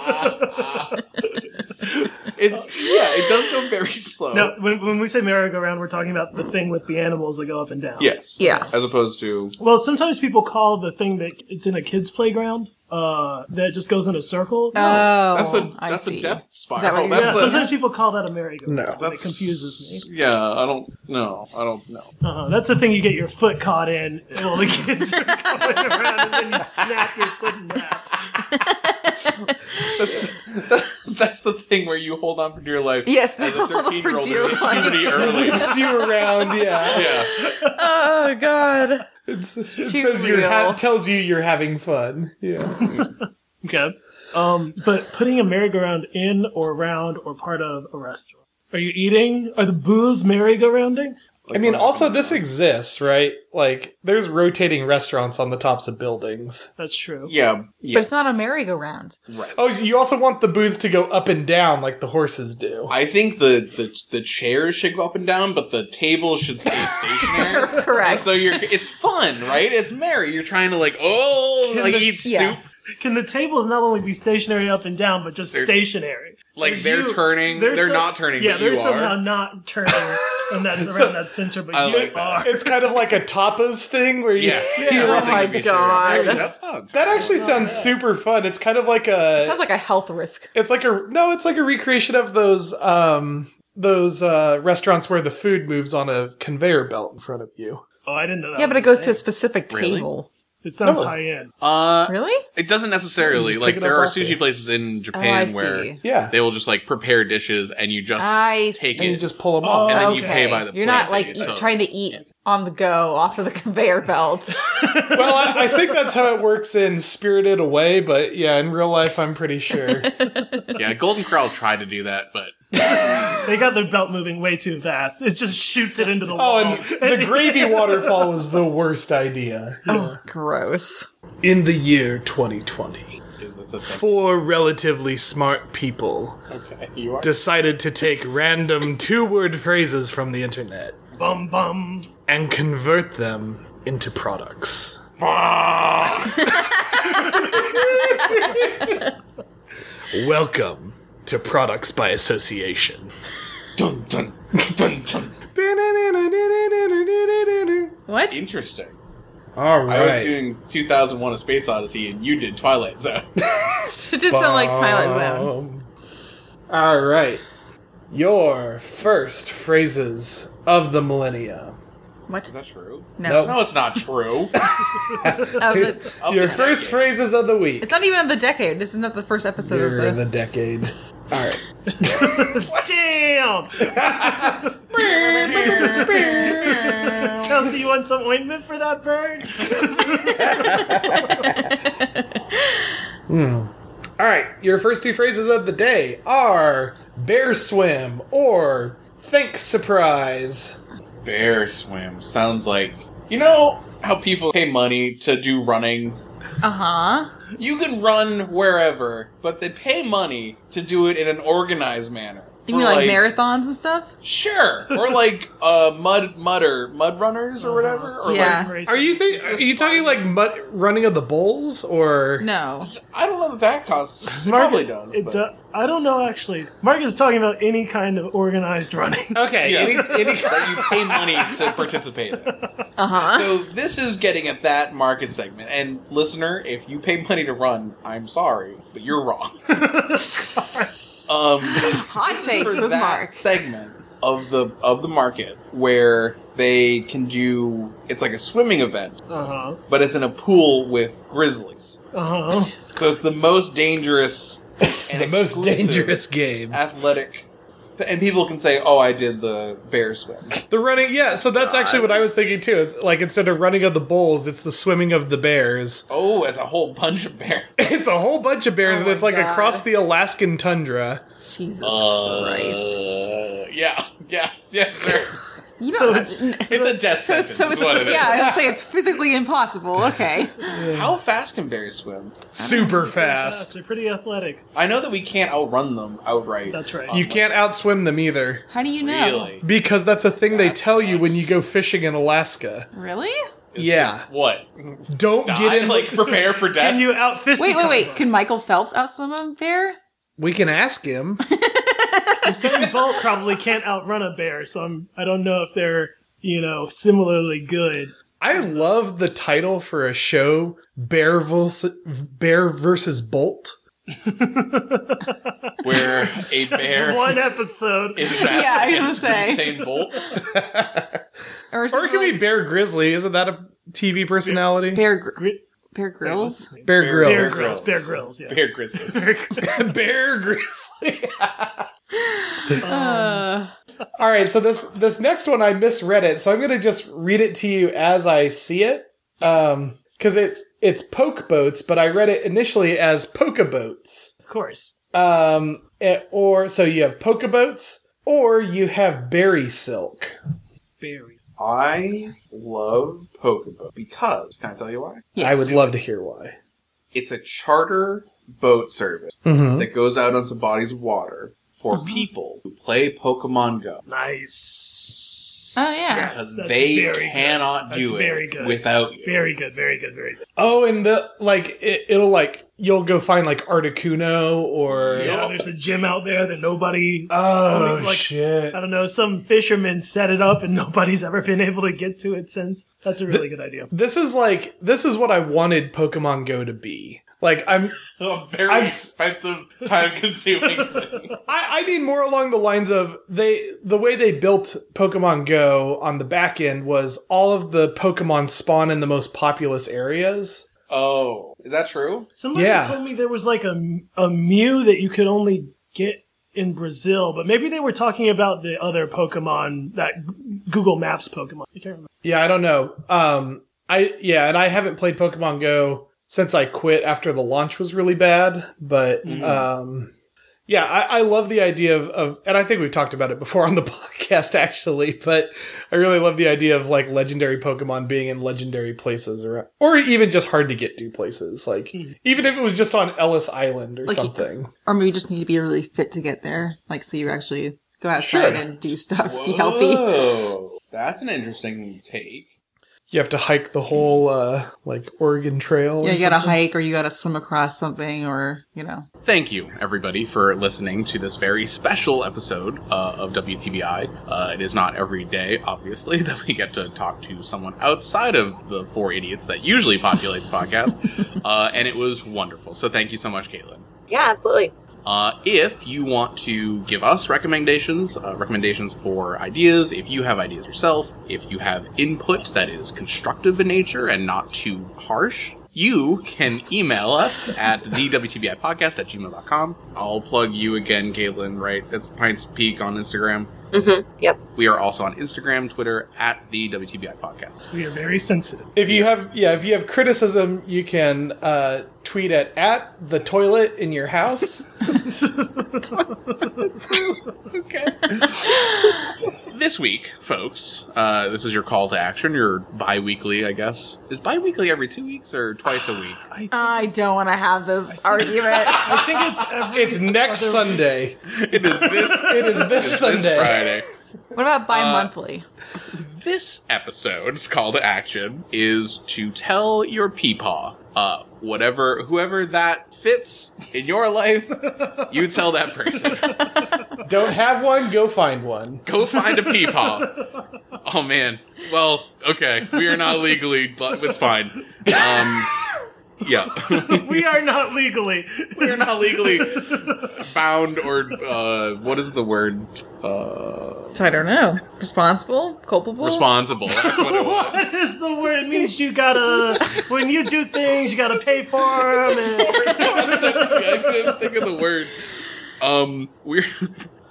[SPEAKER 1] It- yeah, it does go very slow.
[SPEAKER 2] No, when, when we say merry-go-round, we're talking about the thing with the animals that go up and down.
[SPEAKER 1] Yes.
[SPEAKER 4] Yeah.
[SPEAKER 1] As opposed to
[SPEAKER 2] Well, sometimes people call the thing that it's in a kid's playground uh, that just goes in a circle.
[SPEAKER 4] Oh,
[SPEAKER 1] that's a
[SPEAKER 4] I
[SPEAKER 1] that's
[SPEAKER 4] see.
[SPEAKER 1] a depth spiral.
[SPEAKER 4] that what you-
[SPEAKER 1] that's
[SPEAKER 2] yeah,
[SPEAKER 1] a-
[SPEAKER 2] sometimes people call that a merry-go-round.
[SPEAKER 3] No,
[SPEAKER 2] and it
[SPEAKER 1] that's-
[SPEAKER 2] confuses
[SPEAKER 1] yeah, I don't know. I don't know.
[SPEAKER 2] me. Uh-huh. That's the thing you get your foot caught in while the kids are going around, and then you snap your foot in half.
[SPEAKER 1] That's the, that's the thing where you hold on for dear life.
[SPEAKER 4] Yes,
[SPEAKER 1] as a
[SPEAKER 4] hold on for
[SPEAKER 1] thirteen year old
[SPEAKER 4] dear life.
[SPEAKER 1] puberty early.
[SPEAKER 3] Whips you around, yeah.
[SPEAKER 1] Yeah,
[SPEAKER 4] Oh god.
[SPEAKER 3] It's, it
[SPEAKER 4] Too
[SPEAKER 3] says you're
[SPEAKER 4] real.
[SPEAKER 3] ha- tells you you're having fun. Yeah.
[SPEAKER 2] Okay. Um, but putting a merry-go-round in or around or part of a restaurant. Are you eating? Are the booze merry-go-rounding?
[SPEAKER 3] I mean, also this exists, right? Like, there's rotating restaurants on the tops of buildings.
[SPEAKER 2] That's true.
[SPEAKER 1] yeah,
[SPEAKER 4] But
[SPEAKER 1] yeah.
[SPEAKER 4] it's not a merry-go-round.
[SPEAKER 1] Right.
[SPEAKER 3] Oh, you also want the booths to go up and down like the horses do.
[SPEAKER 1] I think the, the the chairs should go up and down, but the tables should stay stationary. And
[SPEAKER 4] Correct.
[SPEAKER 1] so you're it's fun, right? It's merry. You're trying to like oh like eat
[SPEAKER 4] Yeah.
[SPEAKER 1] soup.
[SPEAKER 2] Can the tables not only be stationary up and down, but just
[SPEAKER 1] They're-
[SPEAKER 2] stationary?
[SPEAKER 1] Like
[SPEAKER 2] There's
[SPEAKER 1] they're
[SPEAKER 2] you-
[SPEAKER 1] turning,
[SPEAKER 2] there's
[SPEAKER 1] they're,
[SPEAKER 2] some-
[SPEAKER 1] not turning.
[SPEAKER 2] Yeah,
[SPEAKER 1] but
[SPEAKER 2] they're
[SPEAKER 1] you
[SPEAKER 2] somehow
[SPEAKER 1] are.
[SPEAKER 2] not turning, and that's around that center. But
[SPEAKER 1] I
[SPEAKER 2] you
[SPEAKER 1] like that.
[SPEAKER 2] are.
[SPEAKER 3] It's kind of like a tapas thing where you.
[SPEAKER 1] Yes.
[SPEAKER 3] Yeah.
[SPEAKER 1] everything
[SPEAKER 4] Oh my
[SPEAKER 1] would be shared.
[SPEAKER 4] God.
[SPEAKER 1] Actually, that sounds
[SPEAKER 3] That actually sounds super fun. It's kind of like a.
[SPEAKER 4] It sounds like a health risk.
[SPEAKER 3] it's like a no. It's like a recreation of those um those uh restaurants where the food moves on a conveyor belt in front of you.
[SPEAKER 2] Oh, I didn't know that.
[SPEAKER 4] Yeah, but it
[SPEAKER 2] was
[SPEAKER 4] goes to a specific
[SPEAKER 5] Really?
[SPEAKER 4] table.
[SPEAKER 2] a thing. It
[SPEAKER 1] Oh.
[SPEAKER 2] sounds
[SPEAKER 3] No.
[SPEAKER 2] high end.
[SPEAKER 1] Uh,
[SPEAKER 4] Really?
[SPEAKER 5] It doesn't necessarily
[SPEAKER 3] Just pick
[SPEAKER 5] like
[SPEAKER 3] it
[SPEAKER 5] there
[SPEAKER 3] up
[SPEAKER 5] are
[SPEAKER 3] off
[SPEAKER 5] sushi
[SPEAKER 3] there.
[SPEAKER 5] places in
[SPEAKER 4] Oh, I
[SPEAKER 5] Japan
[SPEAKER 4] see.
[SPEAKER 5] where
[SPEAKER 3] Yeah.
[SPEAKER 5] they will just like prepare dishes and you just
[SPEAKER 4] I see.
[SPEAKER 5] take
[SPEAKER 3] and you
[SPEAKER 5] it.
[SPEAKER 3] just pull them off.
[SPEAKER 5] and then you
[SPEAKER 4] Okay.
[SPEAKER 5] pay by the
[SPEAKER 4] You're not
[SPEAKER 5] plate,
[SPEAKER 4] like
[SPEAKER 5] so-
[SPEAKER 4] trying to eat on the go off of the conveyor belt.
[SPEAKER 3] well, I, I think that's how it works in Spirited Away, but yeah, in real life, I'm pretty sure.
[SPEAKER 5] yeah, Golden Corral tried to do that, but
[SPEAKER 2] They got their belt moving way too fast. It just shoots it into the
[SPEAKER 3] Oh,
[SPEAKER 2] wall.
[SPEAKER 3] and the gravy waterfall was the worst idea.
[SPEAKER 4] oh, gross.
[SPEAKER 3] In the year 2020,
[SPEAKER 1] is this a thing?
[SPEAKER 3] four relatively smart people
[SPEAKER 1] Okay, you are.
[SPEAKER 3] decided to take random two word phrases from the internet
[SPEAKER 2] bum bum.
[SPEAKER 3] and convert them into products. Welcome to Products by Association.
[SPEAKER 1] Dun, dun, dun, dun.
[SPEAKER 4] What?
[SPEAKER 1] Interesting.
[SPEAKER 3] All
[SPEAKER 1] I was doing 2001: A Space Odyssey, and you did Twilight Zone.
[SPEAKER 4] It did sound like Twilight Zone.
[SPEAKER 3] Um, All right. Your first phrases of the millennia.
[SPEAKER 4] What?
[SPEAKER 7] Is that true?
[SPEAKER 4] No.
[SPEAKER 7] No, it's not true.
[SPEAKER 4] Of Oh, the-
[SPEAKER 7] Of
[SPEAKER 3] Your
[SPEAKER 7] the
[SPEAKER 3] first
[SPEAKER 7] decade.
[SPEAKER 3] phrases of the week.
[SPEAKER 4] it's not even of the decade. This is not the first episode
[SPEAKER 3] You're
[SPEAKER 4] of
[SPEAKER 3] in
[SPEAKER 4] the.
[SPEAKER 3] the decade. All right.
[SPEAKER 2] Damn! Kelsey, you want some ointment for that bird?
[SPEAKER 3] Hmm. All right. Your first two phrases of the day are bear swim or thanks surprise.
[SPEAKER 5] Bear swim sounds like you know how people pay money to do running.
[SPEAKER 4] Uh huh.
[SPEAKER 5] You can run wherever, but they pay money to do it in an organized manner.
[SPEAKER 4] You
[SPEAKER 5] For,
[SPEAKER 4] mean like, marathons and stuff?
[SPEAKER 5] Sure, or like uh, mud mudder mud runners or whatever. Or
[SPEAKER 4] Yeah.
[SPEAKER 2] Like,
[SPEAKER 3] Are you think? Are you talking like mud, running of the bulls or?
[SPEAKER 4] No.
[SPEAKER 5] like, I don't know that that costs. It
[SPEAKER 2] Mark,
[SPEAKER 5] probably does.
[SPEAKER 2] It
[SPEAKER 5] but-
[SPEAKER 2] do- I don't know actually. Mark is talking about any kind of organized running.
[SPEAKER 3] Okay.
[SPEAKER 5] Yeah.
[SPEAKER 3] Any, any,
[SPEAKER 5] that you pay money to participate in.
[SPEAKER 4] Uh huh.
[SPEAKER 5] So this is getting at that market segment. And listener, if you pay money to run, I'm sorry, but you're wrong. um,
[SPEAKER 4] Hot takes
[SPEAKER 5] for
[SPEAKER 4] with
[SPEAKER 5] that
[SPEAKER 4] Mark.
[SPEAKER 5] segment of the of the market where they can do it's like a swimming event,
[SPEAKER 2] Uh huh.
[SPEAKER 5] but it's in a pool with grizzlies.
[SPEAKER 2] Uh huh.
[SPEAKER 5] So it's the most dangerous and
[SPEAKER 3] the most
[SPEAKER 5] exclusive
[SPEAKER 3] dangerous game.
[SPEAKER 5] athletic. And people can say, "Oh, I did the bear swim."
[SPEAKER 3] The running, yeah. So that's actually what I was thinking too. It's like instead of running of the bulls, it's the swimming of the bears.
[SPEAKER 5] Oh, it's a whole bunch of bears.
[SPEAKER 3] It's a whole bunch of bears,
[SPEAKER 4] Oh
[SPEAKER 3] and it's
[SPEAKER 4] my
[SPEAKER 3] like
[SPEAKER 4] God.
[SPEAKER 3] across the Alaskan tundra.
[SPEAKER 4] Jesus
[SPEAKER 5] Uh,
[SPEAKER 4] Christ.
[SPEAKER 5] Yeah, yeah, yeah. Sure.
[SPEAKER 4] You
[SPEAKER 2] So
[SPEAKER 4] don't.
[SPEAKER 2] it's-
[SPEAKER 5] It's a death
[SPEAKER 4] so
[SPEAKER 5] sentence.
[SPEAKER 4] it's, so
[SPEAKER 5] is
[SPEAKER 4] it's
[SPEAKER 5] what it is.
[SPEAKER 4] yeah, I would say it's physically impossible. Okay.
[SPEAKER 5] How fast can bears swim?
[SPEAKER 3] Super
[SPEAKER 2] Yes,
[SPEAKER 3] fast.
[SPEAKER 2] they're pretty athletic.
[SPEAKER 5] I know that we can't outrun them outright.
[SPEAKER 2] That's right.
[SPEAKER 3] You can't outswim them either.
[SPEAKER 4] How do you know?
[SPEAKER 5] really.
[SPEAKER 3] Because that's a thing they
[SPEAKER 5] That
[SPEAKER 3] tell you when
[SPEAKER 5] sucks.
[SPEAKER 3] you go fishing in Alaska.
[SPEAKER 4] Really?
[SPEAKER 3] yeah.
[SPEAKER 5] What?
[SPEAKER 3] Don't
[SPEAKER 5] Die?
[SPEAKER 3] get in
[SPEAKER 5] like prepare for death.
[SPEAKER 2] Can you outfist?
[SPEAKER 4] Wait, wait, wait.
[SPEAKER 2] them?
[SPEAKER 4] Can Michael Phelps outswim a bear?
[SPEAKER 3] We can ask him.
[SPEAKER 2] Usain Bolt probably can't outrun a bear, so I'm. I don't know if they're you know similarly good.
[SPEAKER 3] I love the title for a show, Bear versus, Bear versus Bolt.
[SPEAKER 5] Where a
[SPEAKER 2] Just
[SPEAKER 5] bear
[SPEAKER 2] one episode.
[SPEAKER 5] is fast
[SPEAKER 4] Yeah, I was gonna
[SPEAKER 5] against
[SPEAKER 4] say.
[SPEAKER 5] Usain Bolt?
[SPEAKER 4] Or, is
[SPEAKER 3] Or
[SPEAKER 4] this
[SPEAKER 3] it could be
[SPEAKER 4] like
[SPEAKER 3] Bear Grizzly. Isn't that a TV personality?
[SPEAKER 4] bear gr-
[SPEAKER 2] Gri-
[SPEAKER 4] bear grills?
[SPEAKER 3] Bear,
[SPEAKER 5] Bear-
[SPEAKER 2] Bear
[SPEAKER 3] Grylls.
[SPEAKER 5] Grylls.
[SPEAKER 2] grills. Bear grills. Yeah.
[SPEAKER 5] Bear grizzly.
[SPEAKER 2] Bear Grylls.
[SPEAKER 3] Bear Grizzly.
[SPEAKER 4] Uh,
[SPEAKER 3] All right, so this this next one I misread it, so I'm gonna just read it to you as I see it, um, because it's it's poke boats, but I read it initially as poke boats.
[SPEAKER 2] Of course.
[SPEAKER 3] Um, eh, or so you have poke boats, or you have berry silk.
[SPEAKER 2] Berry.
[SPEAKER 5] I love Pokebo because can I tell you why?
[SPEAKER 4] yes.
[SPEAKER 3] I would love to hear why.
[SPEAKER 5] It's a charter boat service
[SPEAKER 3] Mm-hmm.
[SPEAKER 5] that goes out onto bodies of water for
[SPEAKER 4] Uh-huh.
[SPEAKER 5] people who play Pokemon Go.
[SPEAKER 2] Nice.
[SPEAKER 4] Oh, yeah.
[SPEAKER 5] Because
[SPEAKER 2] That's
[SPEAKER 5] they
[SPEAKER 2] very good.
[SPEAKER 5] cannot
[SPEAKER 2] That's
[SPEAKER 5] do
[SPEAKER 2] very
[SPEAKER 5] it
[SPEAKER 2] good.
[SPEAKER 5] without you.
[SPEAKER 2] Very good. Very good. Very good.
[SPEAKER 3] Oh, and the like, it, it'll like you'll go find like Articuno or
[SPEAKER 2] Yeah, there's a gym out there that nobody.
[SPEAKER 3] oh
[SPEAKER 2] Like-
[SPEAKER 3] shit.
[SPEAKER 2] I don't know. Some fisherman set it up, and nobody's ever been able to get to it since. That's a really good idea.
[SPEAKER 3] This is like this is what I wanted Pokemon Go to be. Like I'm
[SPEAKER 5] A very
[SPEAKER 3] I'm s-
[SPEAKER 5] expensive, time-consuming thing.
[SPEAKER 3] I, I mean more along the lines of they the way they built Pokemon Go on the back end was all of the Pokemon spawn in the most populous areas.
[SPEAKER 5] Oh, is that true?
[SPEAKER 2] Somebody
[SPEAKER 3] Yeah.
[SPEAKER 2] told me there was like a, a Mew that you could only get in Brazil, but maybe they were talking about the other Pokemon, that Google Maps Pokemon. I can't remember.
[SPEAKER 3] Yeah, I don't know. Um I yeah, and I haven't played Pokemon Go since I quit after the launch was really bad, but
[SPEAKER 4] Mm-hmm.
[SPEAKER 3] um yeah, I, I love the idea of, of, and I think we've talked about it before on the podcast actually, but I really love the idea of like legendary Pokemon being in legendary places or, or even just hard to get to places. Like, even if it was just on Ellis Island or
[SPEAKER 4] Hmm. Like,
[SPEAKER 3] something.
[SPEAKER 4] or maybe you just need to be really fit to get there. Like so you actually go outside
[SPEAKER 3] Sure.
[SPEAKER 4] and do stuff, be healthy.
[SPEAKER 5] Whoa, that's an interesting take.
[SPEAKER 3] You have to hike the whole, uh, like Oregon Trail. or
[SPEAKER 4] Yeah, you gotta
[SPEAKER 3] something.
[SPEAKER 4] hike or you gotta swim across something or you know.
[SPEAKER 7] Thank you, everybody, for listening to this very special episode uh, of WTBI. Uh, it is not every day, obviously, that we get to talk to someone outside of the four idiots that usually populate the podcast, uh, and it was wonderful. So thank you so much, Caitlin.
[SPEAKER 6] Yeah, absolutely.
[SPEAKER 5] Uh, if you want to give us recommendations, uh, recommendations for ideas, if you have ideas yourself, if you have input that is constructive in nature and not too harsh, you can email us at the WTBI podcast at gmail.com. I'll plug you again, Caitlin, right? That's Pints Peak on Instagram.
[SPEAKER 6] hmm Yep.
[SPEAKER 5] We are also on Instagram, Twitter, at the WTBI podcast.
[SPEAKER 2] We are very sensitive.
[SPEAKER 3] If you have yeah, if you have criticism, you can uh, tweet at at the toilet in your house.
[SPEAKER 5] This week, folks, uh, this is your call to action, your bi weekly, I guess. Is bi weekly every two weeks or twice a week?
[SPEAKER 4] I don't want to have this argument.
[SPEAKER 2] I think it's every
[SPEAKER 3] It's next
[SPEAKER 2] other-
[SPEAKER 3] Sunday.
[SPEAKER 5] It is this
[SPEAKER 3] It is this
[SPEAKER 5] This
[SPEAKER 3] Sunday.
[SPEAKER 5] Friday.
[SPEAKER 4] What about bi-monthly?
[SPEAKER 5] This episode's call to action is to tell your peepaw, uh, whatever, whoever that fits in your life, you tell that person.
[SPEAKER 3] Don't have one, go find one.
[SPEAKER 5] Go find a peepaw. Oh man. Well, okay. We are not legally, but it's fine. Um, yeah.
[SPEAKER 2] We are not legally.
[SPEAKER 5] We're not legally bound or, uh, what is the word? Uh,
[SPEAKER 4] I don't know. Responsible? Culpable?
[SPEAKER 5] responsible. That's what it was.
[SPEAKER 2] What is the word? It means you gotta, when you do things, you gotta pay for them. And
[SPEAKER 5] I couldn't think of the word. Um, we're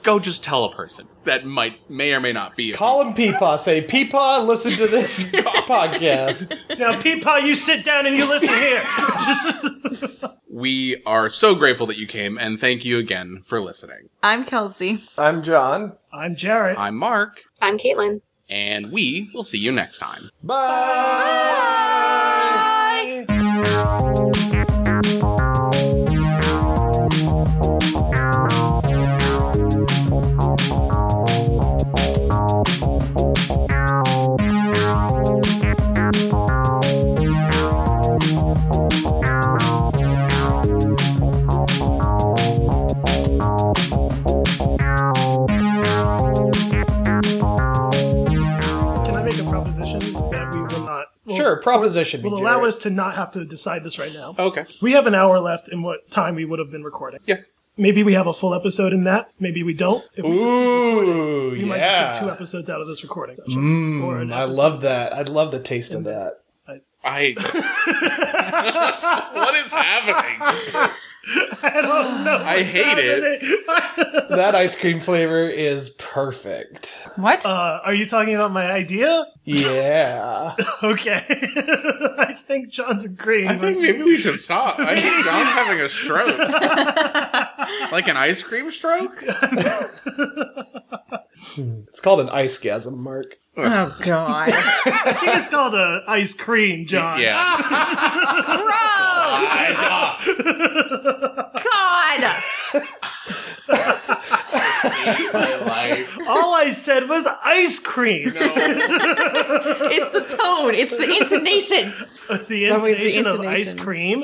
[SPEAKER 5] go just tell a person that might may or may not be. A
[SPEAKER 3] Call him Peepaw. Say Peepaw, listen to this podcast.
[SPEAKER 2] now, Peepaw, you sit down and you listen here.
[SPEAKER 5] we are so grateful that you came, and thank you again for listening.
[SPEAKER 4] I'm Kelsey.
[SPEAKER 3] I'm John.
[SPEAKER 2] I'm Jarrett.
[SPEAKER 5] I'm Mark,
[SPEAKER 6] I'm Caitlin.
[SPEAKER 5] and we will see you next time.
[SPEAKER 3] Bye.
[SPEAKER 2] Can I make a proposition that we will not? will-
[SPEAKER 3] Sure, proposition.
[SPEAKER 2] Will allow us to not have to decide this right now.
[SPEAKER 5] Okay.
[SPEAKER 2] We have an hour left in what time we would have been recording.
[SPEAKER 5] Yeah.
[SPEAKER 2] Maybe we have a full episode in that. Maybe we don't. If we just,
[SPEAKER 3] Ooh,
[SPEAKER 2] we might
[SPEAKER 3] yeah.
[SPEAKER 2] just get two episodes out of this recording. Or an
[SPEAKER 3] Mm, I
[SPEAKER 2] episode.
[SPEAKER 3] love that. I'd love the taste of that.
[SPEAKER 5] I. what is happening?
[SPEAKER 2] I don't know.
[SPEAKER 5] I hate it.
[SPEAKER 3] That ice cream flavor is perfect.
[SPEAKER 4] What?
[SPEAKER 2] Uh, are you talking about my idea?
[SPEAKER 3] Yeah.
[SPEAKER 2] Okay. I think John's agreeing.
[SPEAKER 5] I think maybe we should stop. I think John's having a stroke. like an ice cream stroke?
[SPEAKER 3] it's called an ice gasm, Mark.
[SPEAKER 4] oh, God.
[SPEAKER 2] I think it's called a ice cream, John.
[SPEAKER 5] Yeah.
[SPEAKER 4] Gross! God!
[SPEAKER 5] My life.
[SPEAKER 2] All I said was ice cream.
[SPEAKER 4] It's the tone. It's the intonation.
[SPEAKER 2] The
[SPEAKER 4] It's always the
[SPEAKER 2] intonation of ice
[SPEAKER 4] intonation.
[SPEAKER 2] cream.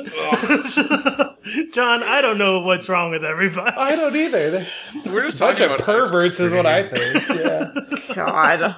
[SPEAKER 2] John, I don't know what's wrong with everybody.
[SPEAKER 3] I don't either. They're
[SPEAKER 5] We're just
[SPEAKER 3] bunch
[SPEAKER 5] talking
[SPEAKER 3] of
[SPEAKER 5] about
[SPEAKER 3] perverts, is what I think. Yeah.
[SPEAKER 4] God.